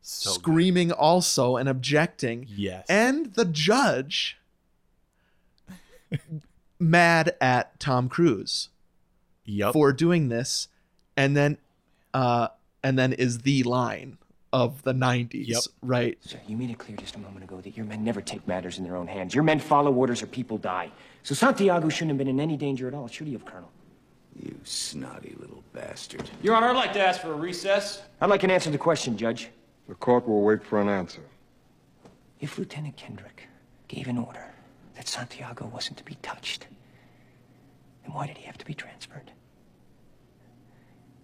B: so good.
A: screaming also and objecting
B: Yes.
A: and the judge mad at tom cruise
B: yep.
A: for doing this and then uh and then is the line of the 90s
B: Yep.
A: right
I: Sir, you made it clear just a moment ago that your men never take matters in their own hands. Your men follow orders or people die. So Santiago shouldn't have been in any danger at all, should he have, Colonel?
C: You snotty little bastard.
F: Your Honor, I'd like to ask for a recess.
I: I'd like an answer to the question, Judge.
E: The court will wait for an answer.
I: If Lieutenant Kendrick gave an order that Santiago wasn't to be touched, then why did he have to be transferred?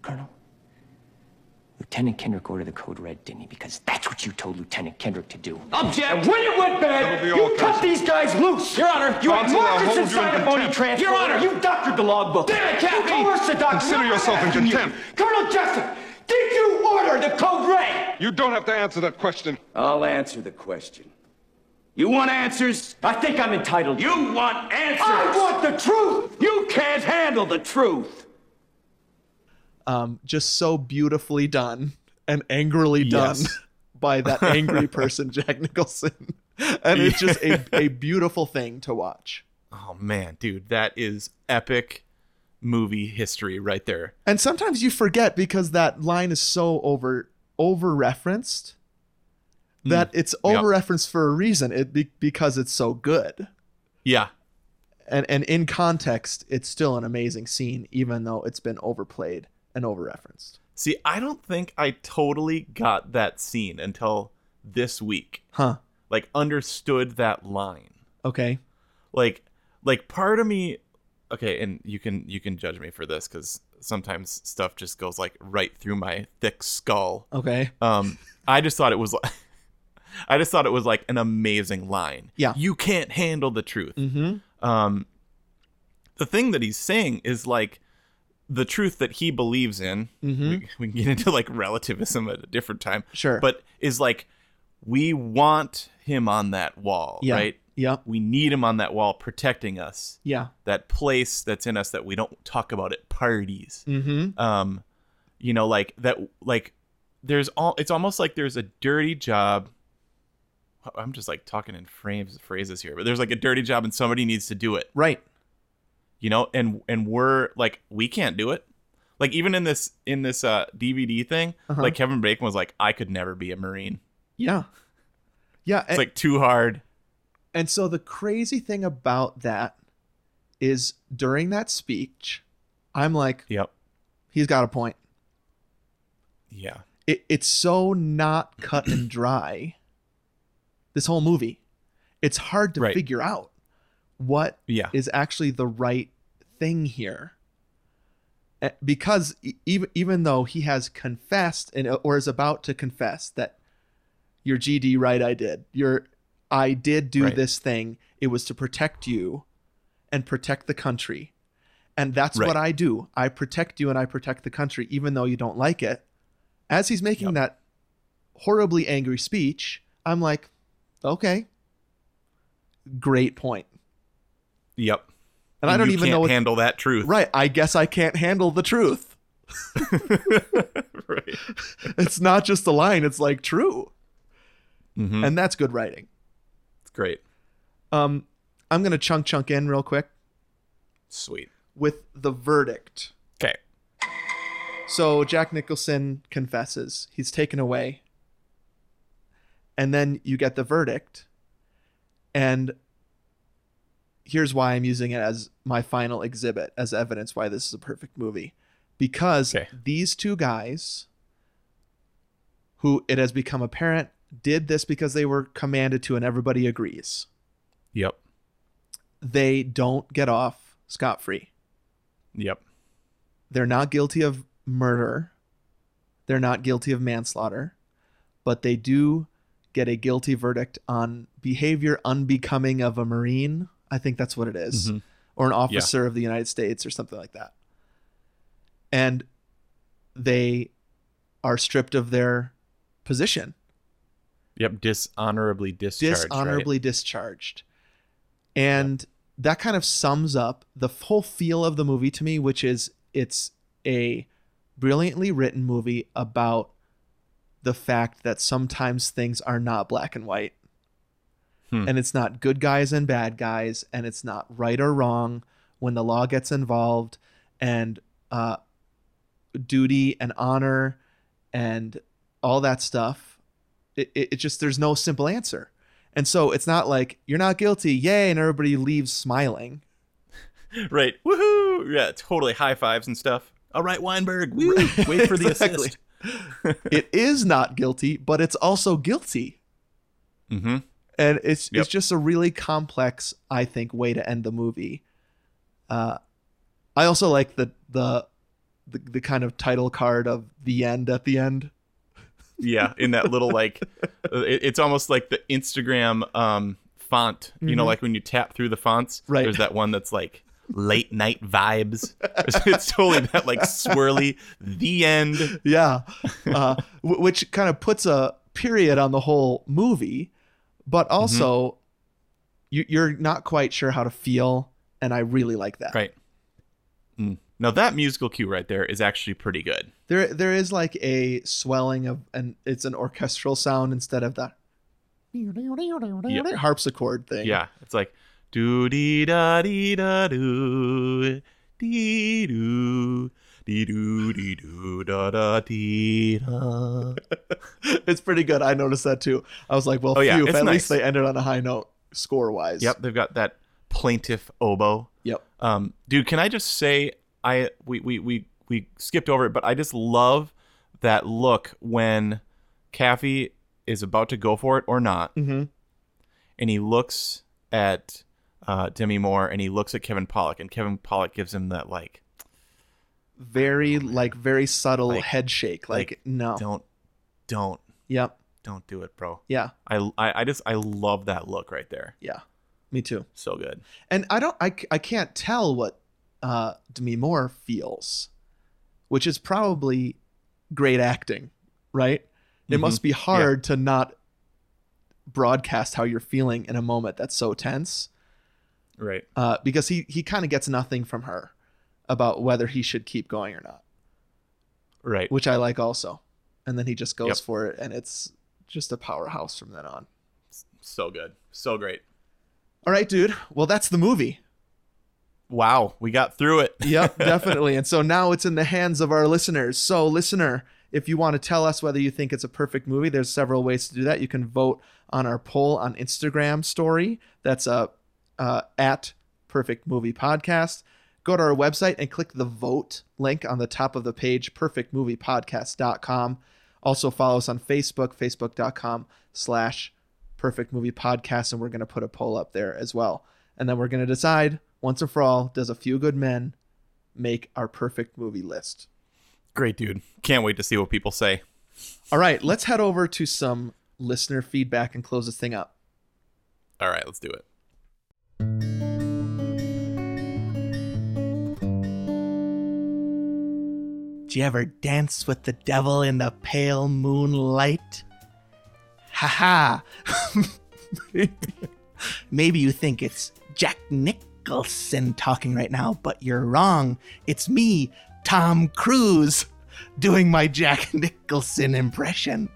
I: Colonel? Lieutenant Kendrick ordered the code red, didn't he? Because that's what you told Lieutenant Kendrick to do. Object! And when it went bad, you cut these guys loose! Your Honor, you had
L: Counsel, I'll
I: Marcus
L: hold you in
I: inside a phony
L: contempt.
I: transfer.
L: Your Honor!
I: You doctored the logbook!
L: Damn it,
I: You
L: Captain!
I: coerced the doctor!
L: Consider yourself in contempt.
I: Colonel Jessup, did you order the code red?
L: You don't have to answer that question.
M: I'll answer the question. You want answers? I think I'm entitled. You want answers? I want the truth! You can't handle the truth!
A: um, just so beautifully done and angrily done
B: Yes.
A: by that angry person, Jack Nicholson. And it's just a, a beautiful thing to watch.
B: Oh man, dude, that is epic movie history right there.
A: And sometimes you forget because that line is so over over referenced
B: Hmm. Mm,
A: that it's over referenced for a reason. It be, because it's so good.
B: Yeah.
A: And and in context, it's still an amazing scene, even though it's been overplayed and over referenced.
B: See, I don't think I totally got that scene until this week.
A: Huh.
B: Like understood that line.
A: Okay.
B: Like like part of me okay, and you can you can judge me for this cuz sometimes stuff just goes like right through my thick skull.
A: Okay.
B: Um I just thought it was like I just thought it was like an amazing line.
A: Yeah.
B: You can't handle the truth.
A: Mm-hmm.
B: um the thing that he's saying is like the truth that he believes in
A: Mhm.
B: we, we can get into like relativism at a different time
A: Sure.
B: but is like we want him on that wall
A: Yeah.
B: right
A: Yep.
B: we need him on that wall protecting us
A: Yeah.
B: that place that's in us that we don't talk about at parties
A: Mm-hmm.
B: um you know like that like there's all it's almost like there's a dirty job i'm just like talking in frames phrases here but there's like a dirty job and somebody needs to do it
A: right
B: you know and and we're like we can't do it like even in this in this uh dvd thing
A: Uh-huh.
B: like kevin bacon was like i could never be a marine
A: Yeah. Yeah.
B: it's like too hard
A: And so the crazy thing about that is during that speech, I'm like,
B: yep,
A: he's got a point.
B: yeah
A: It, it's so not cut and dry. This whole movie, it's hard to
B: Right.
A: figure out what is
B: Yeah.
A: actually the right thing here. Eh, Because e- even even though he has confessed and or is about to confess that your GD right I did. Your I did do
B: Right.
A: this thing. It was to protect you and protect the country. And that's what
B: Right.
A: I do. I protect you and I protect the country even though you don't like it. As he's making that horribly angry speech, I'm like, okay. Great point.
B: yep
A: And I don't
B: you
A: even
B: can't
A: know what-
B: handle that truth
A: Right, I guess I can't handle the truth.
B: right
A: It's not just a line, it's like true.
B: Mhm.
A: And that's good writing.
B: it's great
A: Um, I'm gonna chunk chunk in real quick
B: sweet
A: with the verdict.
B: okay
A: So Jack Nicholson confesses. He's taken away. And then you get the verdict. And here's why I'm using it as my final exhibit as evidence why this is a perfect movie. Because these two guys who it has become apparent did this because they were commanded to and everybody agrees.
B: yep
A: They don't get off scot free.
B: yep
A: They're not guilty of murder. They're not guilty of manslaughter, but they do get a guilty verdict on behavior unbecoming of a Marine. I think that's what it is,
B: Mhm.
A: or an
B: Yeah.
A: officer of the United States or something like that. And they are stripped of their position,
B: yep dishonorably discharged right?
A: dishonorably discharged. And that kind of sums up the whole feel of the movie to me, which is it's a brilliantly written movie about the fact that sometimes things are not black and white.
B: Hmm.
A: And it's not good guys and bad guys, and it's not right or wrong when the law gets involved, and uh, duty and honor and all that stuff. It, it, it just, there's no simple answer. And so it's not like you're not guilty, yay, and everybody leaves smiling.
B: right woohoo yeah totally high fives and stuff all right weinberg woo. wait for the
A: Exactly.
B: assist
A: it is not guilty, but it's also guilty.
B: mm-hmm
A: and it's
B: Yep.
A: it's just a really complex, I think, way to end the movie. Uh, I also like the the the, the kind of title card of the end at the end.
B: yeah in that little like uh, it- it's almost like the instagram um font you know
A: Mhm.
B: like when you tap through the fonts
A: Right.
B: there's that one that's like late night vibes it's totally that like swirly the end
A: yeah uh, w- which kind of puts a period on the whole movie but also you, you're not quite sure how to feel and i really like that
B: right Mm. now that musical cue right there is actually pretty good
A: there there is like a swelling of and it's an orchestral sound instead of that
B: Yeah.
A: harpsichord thing
B: yeah it's like do dee da dee da doo dee doo dee doo dee doo da da dee da
A: it's pretty good i noticed that too i was like well
B: Oh, yeah,
A: phew, if
B: it's
A: at
B: nice.
A: least they ended on a high note score wise
B: Yep, they've got that plaintive oboe.
A: Yep.
B: Um, dude, can I just say I we we we we skipped over it, but I just love that look when Kathy is about to go for it or not,
A: mm-hmm.
B: and he looks at uh, Demi Moore and he looks at Kevin Pollock, and Kevin Pollock gives him that like
A: very like very subtle
B: Oh, Like-
A: head shake like,
B: like,
A: no
B: don't don't
A: yep
B: don't do it, bro.
A: Yeah.
B: I I, I just I love that look right there.
A: yeah me too
B: So good.
A: and I don't, I, c- I can't tell what uh, Demi Moore feels, which is probably great acting, right? It must
B: Mhm.
A: be
B: Yeah.
A: hard to not broadcast how you're feeling in a moment that's so tense,
B: Right.
A: uh, because he he kind of gets nothing from her about whether he should keep going or not,
B: Right.
A: which I like also, and then he just goes
B: Yep.
A: for it, and it's just a powerhouse from then on.
B: So good. So great.
A: All right, dude. Well, that's the movie.
B: Wow, we got through it.
A: yep, definitely. And so now it's in the hands of our listeners. So, listener, if you want to tell us whether you think it's a perfect movie, there's several ways to do that. You can vote on our poll on Instagram story. That's uh, uh, at Perfect Movie Podcast. Go to our website and click the vote link on the top of the page, perfectmoviepodcast.com. Also follow us on Facebook, facebook.com slash perfect movie podcast and we're going to put a poll up there as well and then we're going to decide once and for all does a few good men make our perfect movie list
B: Great, dude. Can't wait to see what people say.
A: all right let's head over to some listener feedback and close this thing up
B: All right, let's do it.
A: do you ever dance with the devil in the pale moonlight haha maybe you think it's jack nicholson talking right now but you're wrong it's me tom cruise doing my jack nicholson impression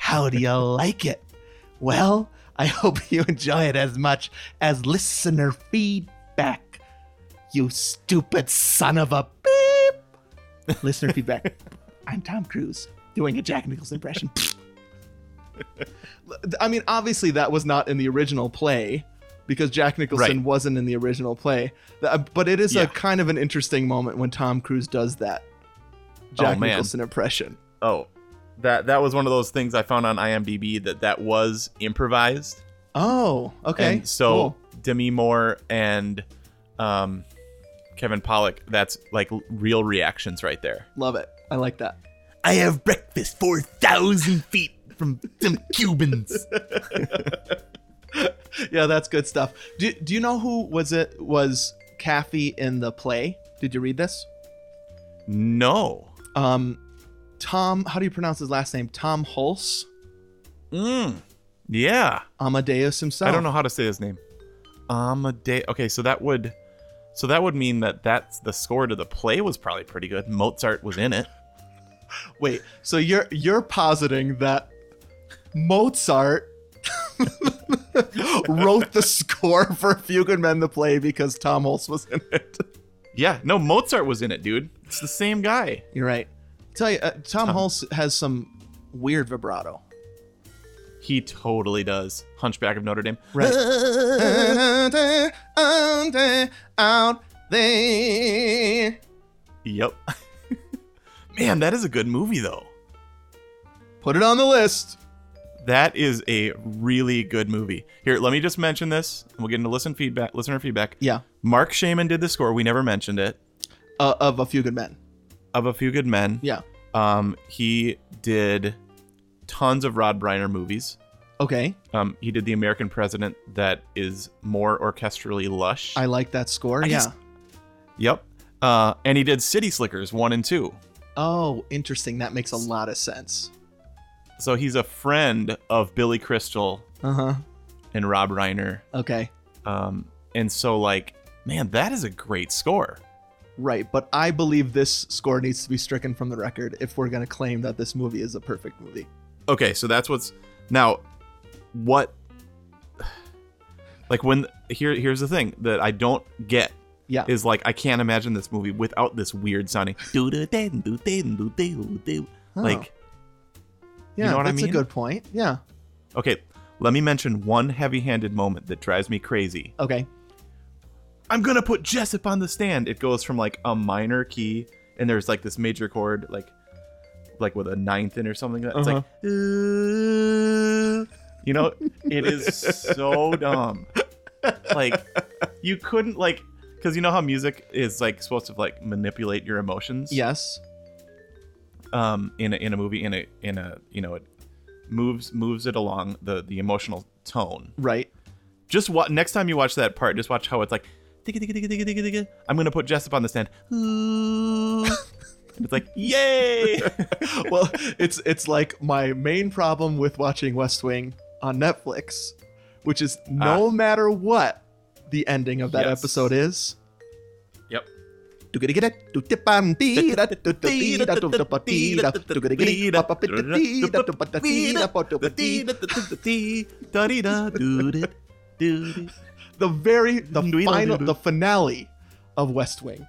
A: How do you like it? Well, I hope you enjoy it as much as listener feedback. You stupid son of a beep. listener feedback. I'm Tom Cruise doing a Jack Nicholson impression. I mean, obviously that was not in the original play because Jack Nicholson
B: Right.
A: wasn't in the original play. Th- But it is
B: Yeah.
A: a kind of an interesting moment when Tom Cruise does that Jack
B: Oh, man.
A: Nicholson impression.
B: Oh, that that was one of those things I found on IMDb that that was improvised.
A: Oh, okay.
B: And so
A: cool.
B: Demi Moore and um, Kevin Pollock, that's like l- real reactions right there.
A: Love it. I like that.
B: I have breakfast 4,000 feet from some Cubans.
A: yeah, that's good stuff. Do, do you know who was it was Kathy in the play? Did you read this?
B: No.
A: Um Tom, how do you pronounce his last name? Tom Hulse?
B: Mm. Yeah.
A: Amadeus himself.
B: I don't know how to say his name. Amadeus. Okay, so that would so that would mean that that's the score to the play was probably pretty good. Mozart was in it.
A: Wait, so you're you're positing that Mozart wrote the score for A Few Good Men the play because Tom Hulse was in it.
B: Yeah, no, Mozart was in it, dude. It's the same guy.
A: You're right. tell you, uh, Tom Hulse has some weird vibrato.
B: He totally does. Hunchback of Notre Dame.
A: Right. out there.
B: Yep. Man, that is a good movie though.
A: Put it on the list.
B: That is a really good movie. Here, let me just mention this, and we'll get into listen feedback, listener feedback.
A: Yeah.
B: Mark Shaman did the score. We never mentioned it.
A: Uh, of a few good men.
B: of A Few Good Men.
A: Yeah.
B: Um, he did tons of Rod Reiner movies.
A: Okay.
B: Um, he did The American President, that is more orchestrally lush.
A: I like that score. yeah.
B: just- Yep. Uh, and he did City Slickers one and two.
A: oh, interesting. That makes a lot of sense.
B: So he's a friend of Billy Crystal
A: Uh huh.
B: and Rob Reiner.
A: Okay.
B: Um, and so like, man, that is a great score.
A: Right, but I believe this score needs to be stricken from the record if we're going to claim that this movie is a perfect movie.
B: Okay, so that's what's now. What? Like when here here's the thing that I don't get.
A: Yeah.
B: Is like I can't imagine this movie without this weird sounding. doo-doo-doo-doo-doo-doo-doo-doo. Like
A: Yeah,
B: know what I
A: that's
B: mean?
A: a good point. Yeah.
B: okay, let me mention one heavy-handed moment that drives me crazy.
A: Okay.
B: I'm gonna put Jessup on the stand. It goes from like a minor key, and there's like this major chord, like like with a ninth in or something. Like that. It's like you know, it is so dumb. Like you couldn't like because you know how music is like supposed to like manipulate your emotions.
A: Yes.
B: Um, in a, in a movie, in a in a you know it moves moves it along the the emotional tone.
A: Right.
B: Just what next time you watch that part, just watch how it's like. "Digga, digga, digga, digga, digga, digga." I'm gonna put Jessup on the stand. it's like yay.
A: well, it's it's like my main problem with watching West Wing on Netflix, which is no matter what the ending of that
B: Ah. Yes.
A: episide episode is.
B: Yep.
A: The very the final the finale of West Wing.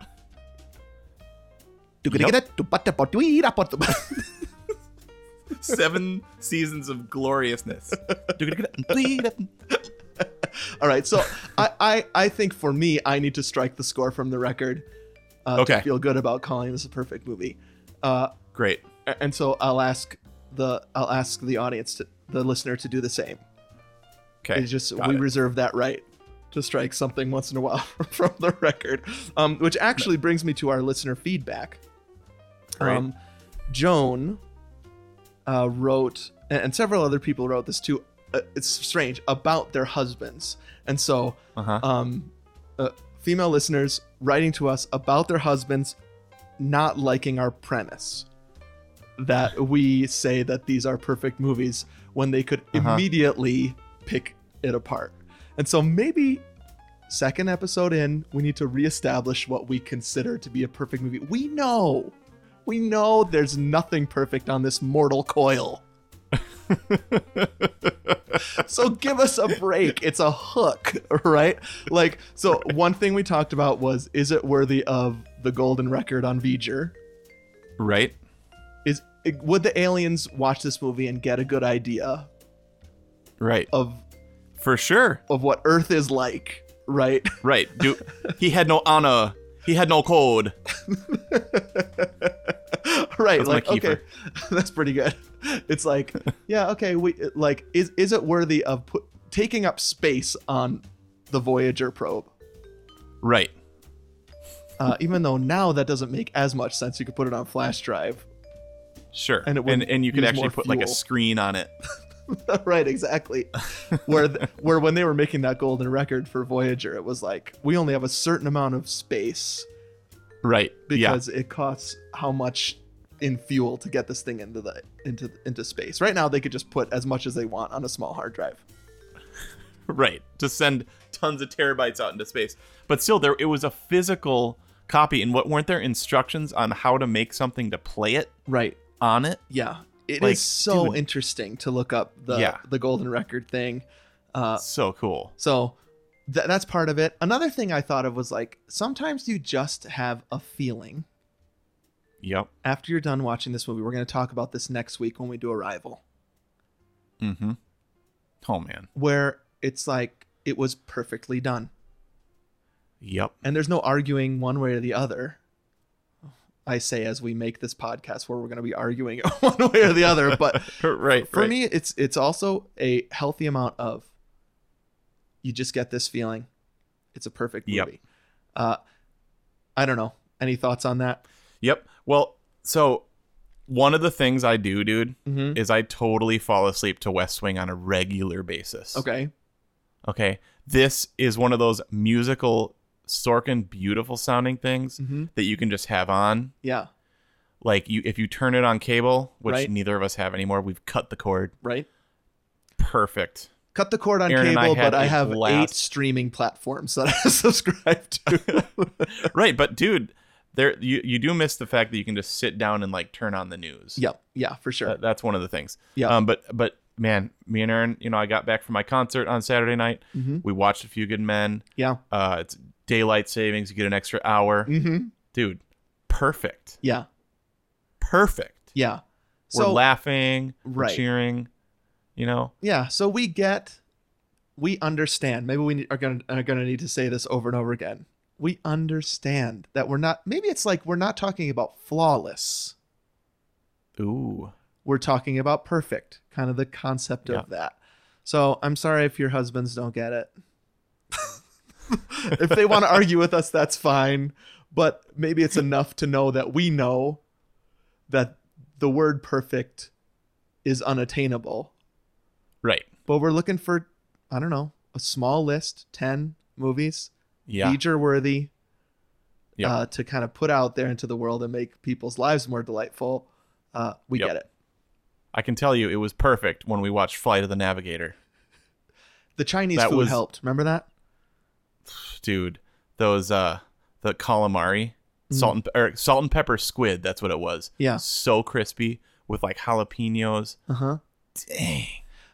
B: Seven seasons of gloriousness.
A: All right, so I, I I think for me, I need to strike the score from the record. Uh,
B: Okay.
A: To feel good about calling this a perfect movie. Uh,
B: Great.
A: a- and so I'll ask the I'll ask the audience to the listener to do the same.
B: Okay.
A: It's just
B: got
A: we
B: it.
A: reserve that right to strike something once in a while from the record, um, which actually brings me to our listener feedback. Um,
B: All right.
A: Joan uh, wrote, and, and several other people wrote this too. Uh, it's strange about their husbands, and so
B: Uh-huh.
A: um, uh, female listeners writing to us about their husbands not liking our premise that we say that these are perfect movies when they could
B: Uh-huh.
A: immediately pick it apart. And so maybe second episode in, we need to reestablish what we consider to be a perfect movie. We know, we know there's nothing perfect on this mortal coil. so give us a break. It's a hook, right? Like, so one thing we talked about was is it worthy of the golden record on V'ger?
B: Right.
A: Is would the aliens watch this movie and get a good idea
B: Right.
A: of
B: For sure.
A: of what Earth is like, right?
B: Right. Do he had no honor. He had no code.
A: right
B: That's my
A: like okay
B: keeper.
A: that's pretty good it's like yeah okay we like is is it worthy of put, taking up space on the voyager probe
B: Right.
A: uh, even though now that doesn't make as much sense you could put it on flash drive
B: Sure.
A: And
B: And
A: it would
B: and, you could
A: use
B: actually
A: more
B: put like a
A: fuel.
B: screen on it.
A: right exactly where th- where when they were making that golden record for voyager it was like we only have a certain amount of space
B: Right.
A: because it costs how much in fuel to get this thing into the into into space right now they could just put as much as they want on a small hard drive
B: yeah. Right. To send tons of terabytes out into space. But still there it was a physical copy and what weren't there instructions on how to make something to play it
A: right
B: on it?
A: Yeah, it is
B: Like,
A: so
B: dude.
A: interesting to look up the
B: Yeah.
A: the golden record thing. Uh,
B: So cool.
A: so th- that's part of it. Another thing I thought of was like sometimes you just have a feeling
B: Yep.
A: after you're done watching this movie. We're going to talk about this next week when we do Arrival,
B: Mm-hmm. Oh man.
A: where it's like it was perfectly done,
B: Yep.
A: and there's no arguing one way or the other. I say as we make this podcast where we're going to be arguing one way or the other, but
B: right.
A: for
B: right.
A: me it's it's also a healthy amount of you just get this feeling it's a perfect movie
B: Yep.
A: uh i don't know any thoughts on that
B: Yep. Well, so one of the things I do, dude,
A: Mm-hmm.
B: is I totally fall asleep to West Swing on a regular basis.
A: Okay.
B: Okay. This is one of those musical, Sorkin, beautiful sounding things
A: Mhm.
B: that you can just have on.
A: Yeah.
B: Like you, if you turn it on cable, which
A: Right.
B: neither of us have anymore, we've cut the cord.
A: Right.
B: Perfect.
A: Cut the cord on
B: Aaron and I
A: cable,
B: had
A: but I
B: a
A: have eight
B: blast.
A: streaming platforms that I subscribe to.
B: right, but dude, there you you do miss the fact that you can just sit down and like turn on the news.
A: Yep. Yeah, for sure.
B: That- that's one of the things.
A: Yeah.
B: Um, but but man, me and Aaron, you know, I got back from my concert on Saturday night.
A: Mhm.
B: We watched A Few Good Men.
A: Yeah.
B: Uh, it's daylight savings. You get an extra hour.
A: Mhm.
B: Dude, perfect,
A: Yeah.
B: perfect.
A: Yeah.
B: We're
A: So-
B: laughing. We're
A: Right.
B: cheering. You know.
A: Yeah, so we get, we understand. Maybe we are gonna are gonna need to say this over and over again. We understand that we're not. Maybe it's like we're not talking about flawless.
B: Ooh.
A: We're talking about perfect, kind of the concept
B: Yeah.
A: of that. So I'm sorry if your husbands don't get it. if they want to argue with us, that's fine. But maybe it's enough to know that we know that the word perfect is unattainable.
B: Right.
A: But we're looking for, I don't know, a small list, 10 movies,
B: Yeah.
A: feature worthy,
B: Yeah.
A: uh, to kind of put out there into the world and make people's lives more delightful. Uh, we
B: Yep.
A: get it.
B: I can tell you, it was perfect when we watched Flight of the Navigator.
A: The Chinese
B: That
A: food
B: was-
A: helped. Remember that?
B: dude those uh the calamari salt and or salt and pepper squid that's what it was
A: Mm-hmm. Yeah.
B: so crispy with like jalapenos
A: Uh huh.
B: Dang.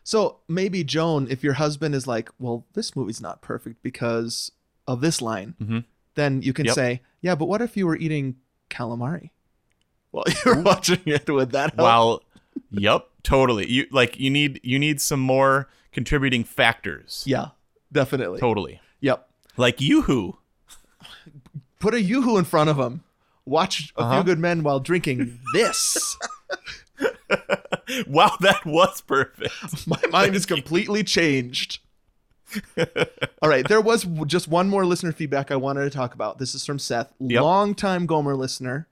A: So maybe Joan, if your husband is like, well, this movie's not perfect because of this line,
B: Mhm.
A: then you can
B: Yep.
A: say, yeah, but what if you were eating calamari? Well, you're watching it with that. help?
B: while yep totally you like you need you need some more contributing factors
A: Yeah, definitely.
B: totally
A: Yep.
B: like yoo-hoo
A: Put a yoo-hoo in front of him. Watch A
B: Uh-huh.
A: Few Good Men while drinking this.
B: wow that was perfect
A: My mind is completely changed. All right, there was w- just one more listener feedback I wanted to talk about. This is from Seth,
B: Yep.
A: longtime Gomer listener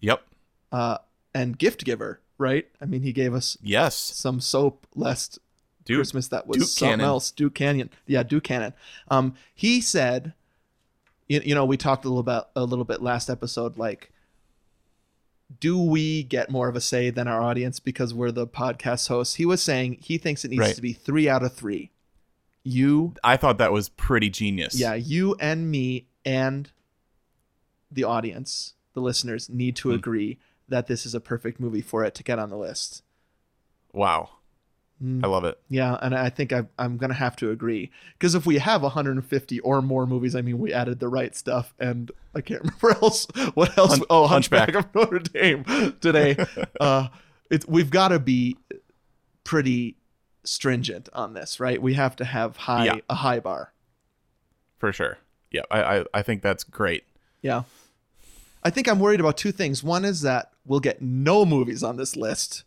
B: yep
A: uh, and gift giver, right? I mean, he gave us
B: yes
A: some soap last
B: Dude,
A: Christmas that was
B: Duke
A: something
B: Cannon.
A: else. Duke Canyon, yeah, Duke Cannon. Um, he said, you, you know, we talked a little about a little bit last episode, like, do we get more of a say than our audience because we're the podcast hosts? He was saying he thinks it needs
B: Right.
A: to be three out of three. You,
B: i thought that was pretty genius
A: yeah, you and me and the audience, the listeners, need
B: Hmm.
A: to agree that this is a perfect movie for it to get on the list.
B: wow
A: Hmm.
B: i love it
A: Yeah, and I think I, I'm going to have to agree because if we have 150 or more movies, I mean, we added the right stuff, and I can't remember else what else.
B: Hun-
A: oh, Hunchback
B: Hunchback.
A: of Notre Dame today. uh, it's we've got to be pretty stringent on this, right? We have to have high
B: Yeah.
A: a high bar.
B: for sure yeah I, I i think that's great
A: Yeah, I think I'm worried about two things. One is that we'll get no movies on this list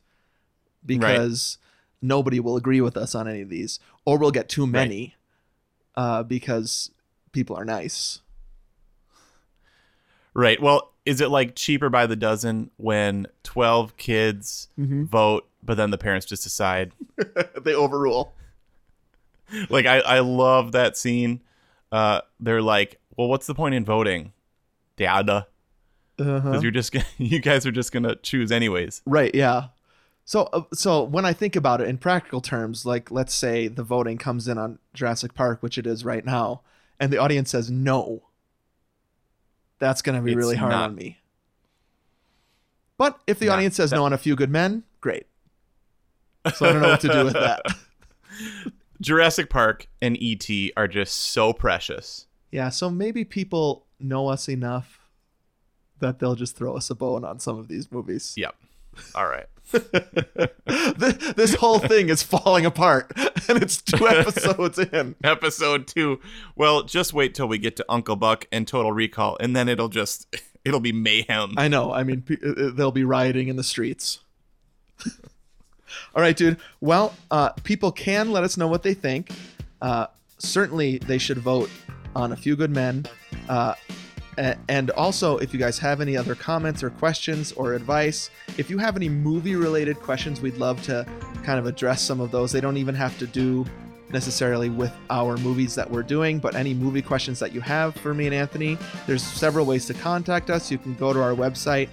A: because nobody will agree with us on any of these, or we'll get too many uh, because people are nice.
B: Right. Well, is it like cheaper by the dozen when 12 kids
A: Mhm.
B: vote, but then the parents just decide?
A: they overrule.
B: like, I, I love that scene. Uh, they're like, well, what's the point in voting? Dada.
A: Uh-huh.
B: Because you're just, gonna- you guys are just going to choose anyways.
A: Right. Yeah. So, uh, so when I think about it in practical terms, like let's say the voting comes in on Jurassic Park, which it is right now, and the audience says no. That's gonna be
B: It's
A: really hard
B: not-
A: on me. But if the
B: Nah,
A: audience says no on a few good men, great. So I don't know what to do with that.
B: Jurassic Park and E.T. are just so precious.
A: Yeah. So maybe people know us enough that they'll just throw us a bone on some of these movies.
B: Yep. All right.
A: this, this whole thing is falling apart, and it's two episodes in.
B: Episode two. Well, just wait till we get to Uncle Buck and Total Recall, and then it'll just, it'll be mayhem.
A: I know. I mean, pe- uh, uh, they'll be rioting in the streets. All right, dude. Well, uh, people can let us know what they think. Uh, certainly, they should vote on A Few Good Men uh, A- And also, if you guys have any other comments or questions or advice, if you have any movie related questions, we'd love to kind of address some of those. They don't even have to do necessarily with our movies that we're doing, but any movie questions that you have for me and Anthony, there's several ways to contact us. You can go to our website,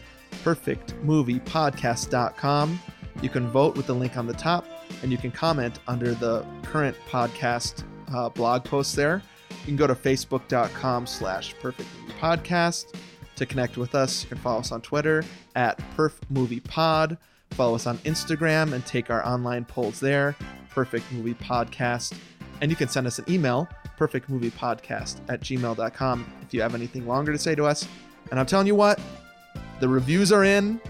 A: perfectmoviepodcast.com. You can vote with the link on the top, and you can comment under the current podcast uh, blog post there. You can go to facebook.com slash perfect movie podcast to connect with us. You can follow us on Twitter at perf movie pod. Follow us on Instagram and take our online polls there, perfect movie podcast. And you can send us an email, perfectmoviepodcast at gmail.com if you have anything longer to say to us. And I'm telling you what, the reviews are in,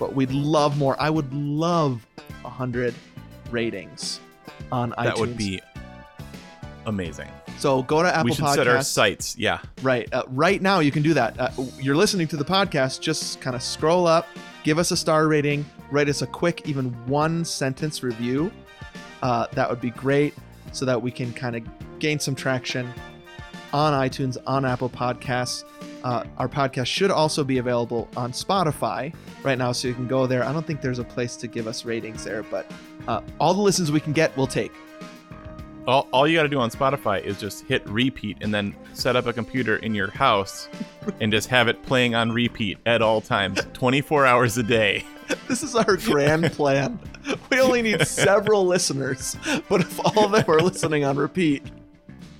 A: but we'd love more. I would love 100 ratings on iTunes.
B: That would be amazing.
A: So go to Apple
B: we should set our
A: Podcasts.
B: sights. Yeah.
A: Right. Uh, right now, you can do that. Uh, you're listening to the podcast. Just kind of scroll up, give us a star rating, write us a quick, even one sentence review. Uh, that would be great so that we can kind of gain some traction on iTunes, on Apple Podcasts. Uh, our podcast should also be available on Spotify right now, so you can go there. I don't think there's a place to give us ratings there, but uh, all the listens we can get, we'll take.
B: All, all you got to do on Spotify is just hit repeat and then set up a computer in your house and just have it playing on repeat at all times, 24 hours a day.
A: This is our grand plan. We only need several listeners, but if all of them are listening on repeat,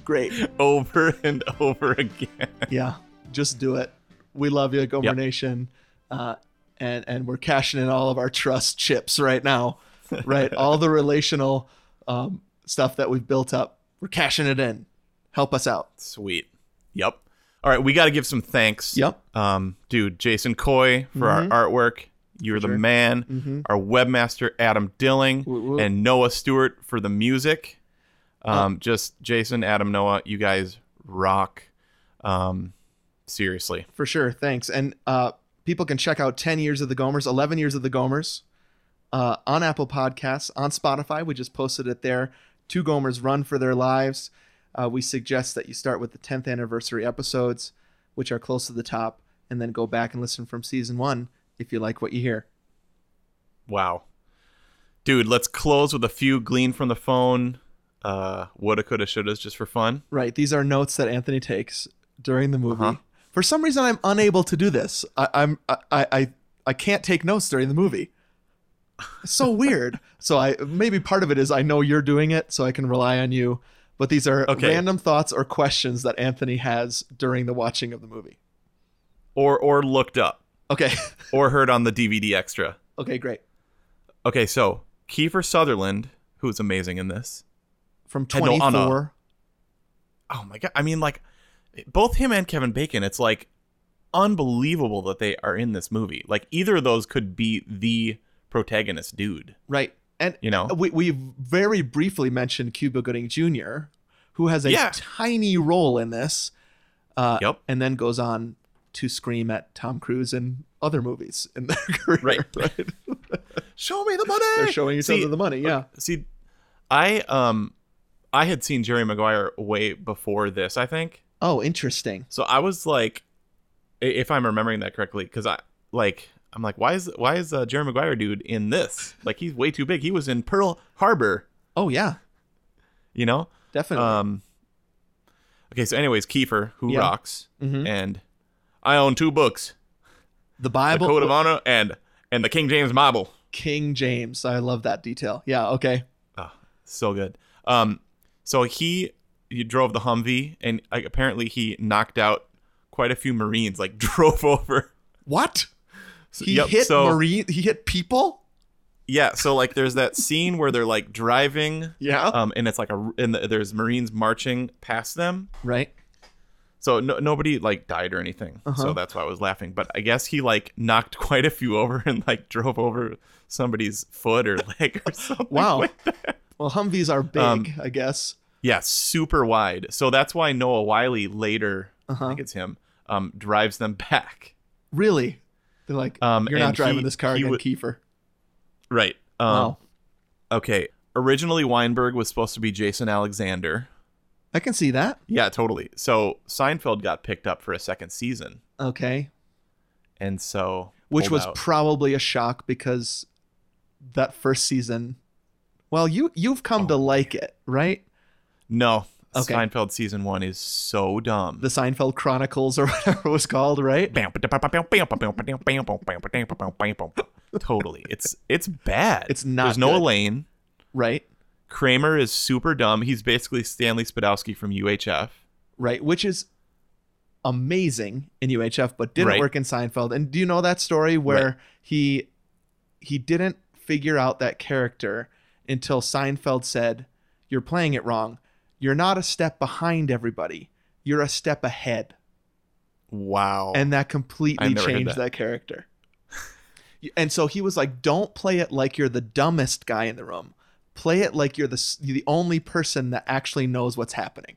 A: great.
B: Over and over again.
A: Yeah, just do it. We love you, Gomer
B: Yep.
A: Nation, uh, and and we're cashing in all of our trust chips right now, right? all the relational um, stuff that we've built up, we're cashing it in. Help us out.
B: Sweet. Yep. All right, we got to give some thanks.
A: Yep.
B: Um, dude, Jason Coy for
A: Mhm.
B: our artwork. You're the man.
A: Mhm.
B: Our webmaster Adam Dilling
A: Woo-woo.
B: and Noah Stewart for the music. Um, just Jason, Adam, Noah, you guys rock. Um, seriously.
A: For sure. Thanks. And uh, people can check out 10 Years of the Gomers, 11 Years of the Gomers uh, on Apple Podcasts, on Spotify. We just posted it there. Two Gomers run for their lives. Uh, we suggest that you start with the 10th anniversary episodes, which are close to the top, and then go back and listen from season one if you like what you hear.
B: Wow. Dude, let's close with a few gleaned from the phone. Uh, woulda, coulda, shouldas, just for fun.
A: Right. These are notes that Anthony takes during the
B: Uh-huh.
A: movie. For some reason, I'm unable to do this. I, I'm I, I I- I can't take notes during the movie. It's so weird. so I maybe part of it is I know you're doing it, so I can rely on you. But these are
B: Okay.
A: random thoughts or questions that Anthony has during the watching of the movie.
B: Or or looked up.
A: Okay.
B: or heard on the DVD extra.
A: Okay, great.
B: Okay, so Kiefer Sutherland, who's amazing in this,
A: From
B: I know,
A: 24.
B: on a- oh my god! I mean, like both him and Kevin Bacon. It's like unbelievable that they are in this movie. Like either of those could be the protagonist dude.
A: Right. And
B: You know?
A: we we very briefly mentioned Cuba Gooding Jr., who has a
B: Yeah.
A: tiny role in this. Uh,
B: Yep.
A: And then goes on to scream at Tom Cruise in other movies in their career.
B: Right. Show me the money.
A: They're showing each
B: See, uh,
A: other the money. Yeah.
B: See, I um, I had seen Jerry Maguire way before this. I think.
A: Oh, interesting.
B: So I was like, i- if I'm remembering that correctly, because I like I'm like, why is why is uh, Jerry Maguire dude in this? Like he's way too big. He was in Pearl Harbor,
A: Oh yeah,
B: you know.
A: definitely.
B: Um. Okay, so anyways, Kiefer who
A: Yeah.
B: rocks,
A: Mhm.
B: and I own two books:
A: the
B: the
A: Bible,
B: Code of Honor and and the King James Bible.
A: King James. I love that detail. Yeah. Okay.
B: So good. Um, so he he drove the Humvee, and like, apparently he knocked out quite a few Marines. Like drove over.
A: What?
B: So-
A: He
B: yep,
A: hit
B: so-
A: marine. He hit people.
B: Yeah, so like there's that scene where they're like driving,
A: Yeah.
B: um, and it's like a and the, there's Marines marching past them.
A: right.
B: So no, nobody like died or anything.
A: Uh-huh.
B: So that's why I was laughing. But I guess he like knocked quite a few over and like drove over somebody's foot or leg or something.
A: Wow.
B: like that.
A: Well, Humvees are big,
B: Um,
A: I guess.
B: Yeah, super wide. So that's why Noah Wiley later,
A: Uh-huh.
B: I think it's him, um, drives them back.
A: Really. They're like,
B: Um,
A: you're not
B: and
A: driving
B: he-
A: this car
B: he
A: again,
B: would-
A: Kiefer.
B: Right. Um,
A: Wow.
B: Okay. Originally, Weinberg was supposed to be Jason Alexander.
A: I can see that.
B: Yeah, totally. So Seinfeld got picked up for a second season,
A: Okay.
B: and so
A: Which
B: pulled
A: was
B: out.
A: probably a shock because that first season. Well, you you've come
B: Oh,
A: to like it, right?
B: no
A: Okay.
B: Seinfeld season one is so dumb.
A: The Seinfeld Chronicles or whatever it was called, right?
B: totally, it's it's bad.
A: It's not
B: There's no
A: good.
B: Elaine.
A: Right.
B: Kramer is super dumb. He's basically Stanley Spadowski from UHF.
A: Right, which is amazing in UHF, but didn't
B: Right.
A: work in Seinfeld. And do you know that story where
B: Right.
A: he he didn't figure out that character until Seinfeld said, "You're playing it wrong. You're not a step behind everybody. You're a step ahead."
B: Wow.
A: and that
B: I
A: completely
B: never heard
A: changed that.
B: that.
A: character. You- and so he was like, "Don't play it like you're the dumbest guy in the room. Play it like you're the s- you're the only person that actually knows what's happening."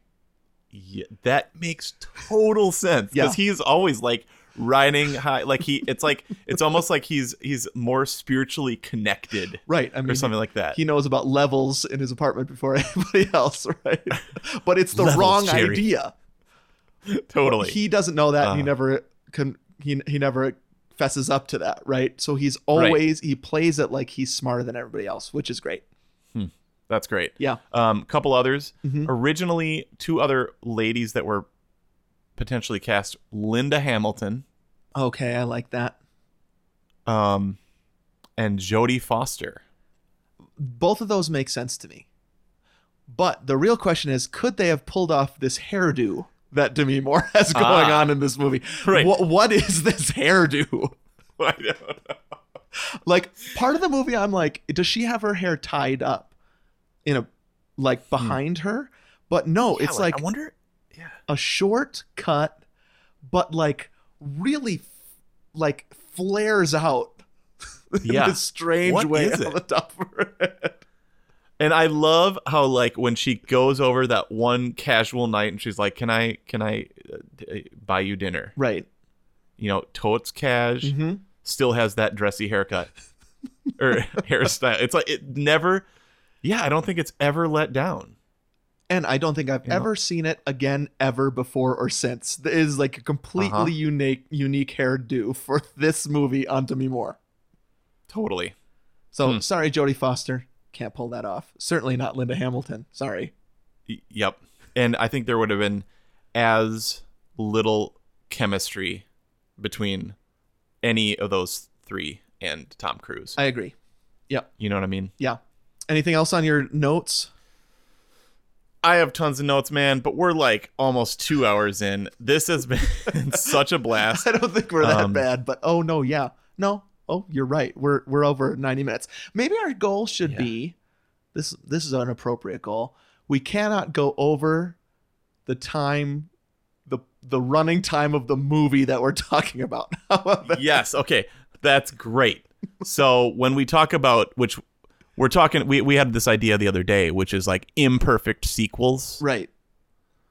B: Yeah, that makes total sense
A: Yeah.
B: because he's always like riding high. Like he, it's like it's almost like he's he's more spiritually connected,
A: Right. I mean,
B: or something like that.
A: he knows about levels in his apartment before anybody else, right? but it's the
B: Levels,
A: wrong
B: Jerry.
A: idea.
B: totally.
A: He doesn't know that. and he
B: Uh.
A: never can. He he never fesses up to that, right? So he's always he plays it like he's smarter than everybody else, which is great.
B: That's great.
A: Yeah.
B: Um, couple others.
A: Mhm.
B: Originally, two other ladies that were potentially cast: Linda Hamilton,
A: Okay, I like that.
B: um, and Jodie Foster.
A: both of those make sense to me. But the real question is, could they have pulled off this hairdo that Demi Moore has going
B: Ah.
A: on in this movie?
B: Right.
A: What, what is this hairdo?
B: I don't know.
A: Like part of the movie, I'm like, does she have her hair tied up in a like behind her? But no,
B: Hmm. Yeah,
A: it's like,
B: I wonder.
A: a short cut, but like really, f- like flares out.
B: Yeah.
A: in this strange
B: What
A: way
B: is
A: on
B: it?
A: the top of her head.
B: And I love how like when she goes over that one casual night and she's like, "Can I can I uh, d- buy you dinner?"
A: Right.
B: You know, totes cash
A: Mhm.
B: still has that dressy haircut or hairstyle. It's like it never. Yeah, I don't think it's ever let down.
A: and I don't think I've
B: You know?
A: ever seen it again ever before or since. It is like a completely
B: Uh-huh.
A: unique unique hairdo for this movie on Demi Moore.
B: Totally.
A: So
B: Hmm.
A: sorry, Jodie Foster, can't pull that off. Certainly not Linda Hamilton. Sorry.
B: Y- Yep. And I think there would have been as little chemistry between any of those three and Tom Cruise.
A: I agree. Yep.
B: you know what I mean?
A: Yeah. Anything else on your notes?
B: I have tons of notes, man, but we're like almost two hours in. This has been such a blast.
A: I don't think we're that
B: Um,
A: bad, but oh no, yeah. No. Oh, you're right. We're we're over 90 minutes. Maybe our goal should be this this is an appropriate goal. We cannot go over the time the the running time of the movie that we're talking about. How about that?
B: Yes. Okay. That's great. So when we talk about which we're talking, we, we had this idea the other day, which is like imperfect sequels.
A: right.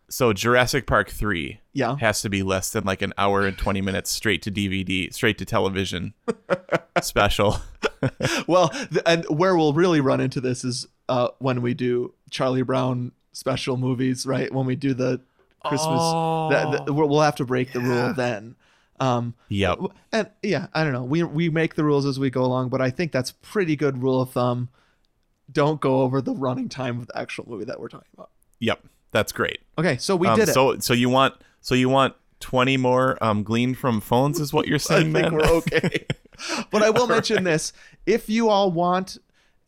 B: So Jurassic Park 3
A: Yeah.
B: has to be less than like an hour and 20 minutes straight to DVD, straight to television special.
A: Well, th- and where we'll really run into this is uh when we do Charlie Brown special movies, right? When we do the Christmas that, that- we'll we'll have to break the rule then. Um
B: Yep.
A: W- and yeah, I don't know. We we make the rules as we go along, but I think that's pretty good rule of thumb. Don't go over the running time of the actual movie that we're talking about.
B: Yep. That's great.
A: Okay, so we
B: Um,
A: did it.
B: So so you want so you want 20 more um gleaned from phones is what you're
A: I
B: saying,
A: think
B: man?
A: we're okay. but I will mention this: if you all want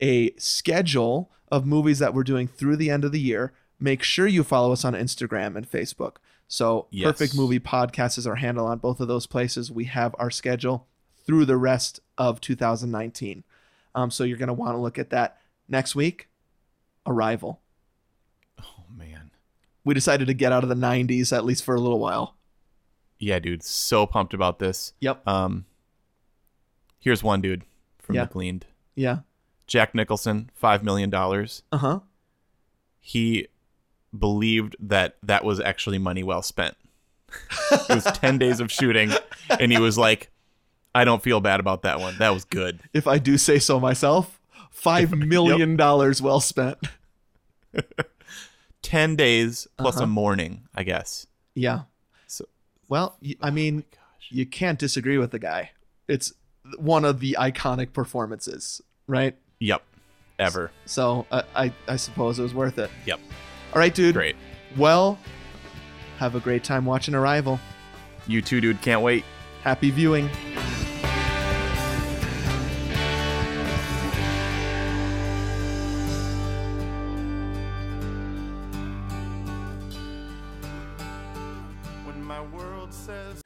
A: a schedule of movies that we're doing through the end of the year, make sure you follow us on Instagram and Facebook. So,
B: Yes.
A: Perfect Movie Podcast is our handle on both of those places. We have our schedule through the rest of 2019. Um, so you're going to want to look at that next week. Arrival.
B: Oh man.
A: We decided to get out of the 90s at least for a little while.
B: Yeah, dude. So pumped about this.
A: Yep.
B: Um Here's one dude from
A: Yeah.
B: the gleaned.
A: Yeah.
B: Jack Nicholson, 5 million dollars.
A: Uh huh.
B: He believed that that was actually money well spent. it was 10 days of shooting and he was like I don't feel bad about that one. That was good.
A: if I do say so myself, five million dollars well spent.
B: 10 days plus
A: Uh-huh.
B: a morning, I guess.
A: Yeah.
B: So,
A: well, y- I mean, you can't disagree with the guy. It's one of the iconic performances, right?
B: Yep. Ever.
A: So I, I, I suppose it was worth it.
B: Yep.
A: All right, dude.
B: Great.
A: Well, have a great time watching Arrival.
B: You too, dude. Can't wait.
A: Happy viewing.
E: When my world says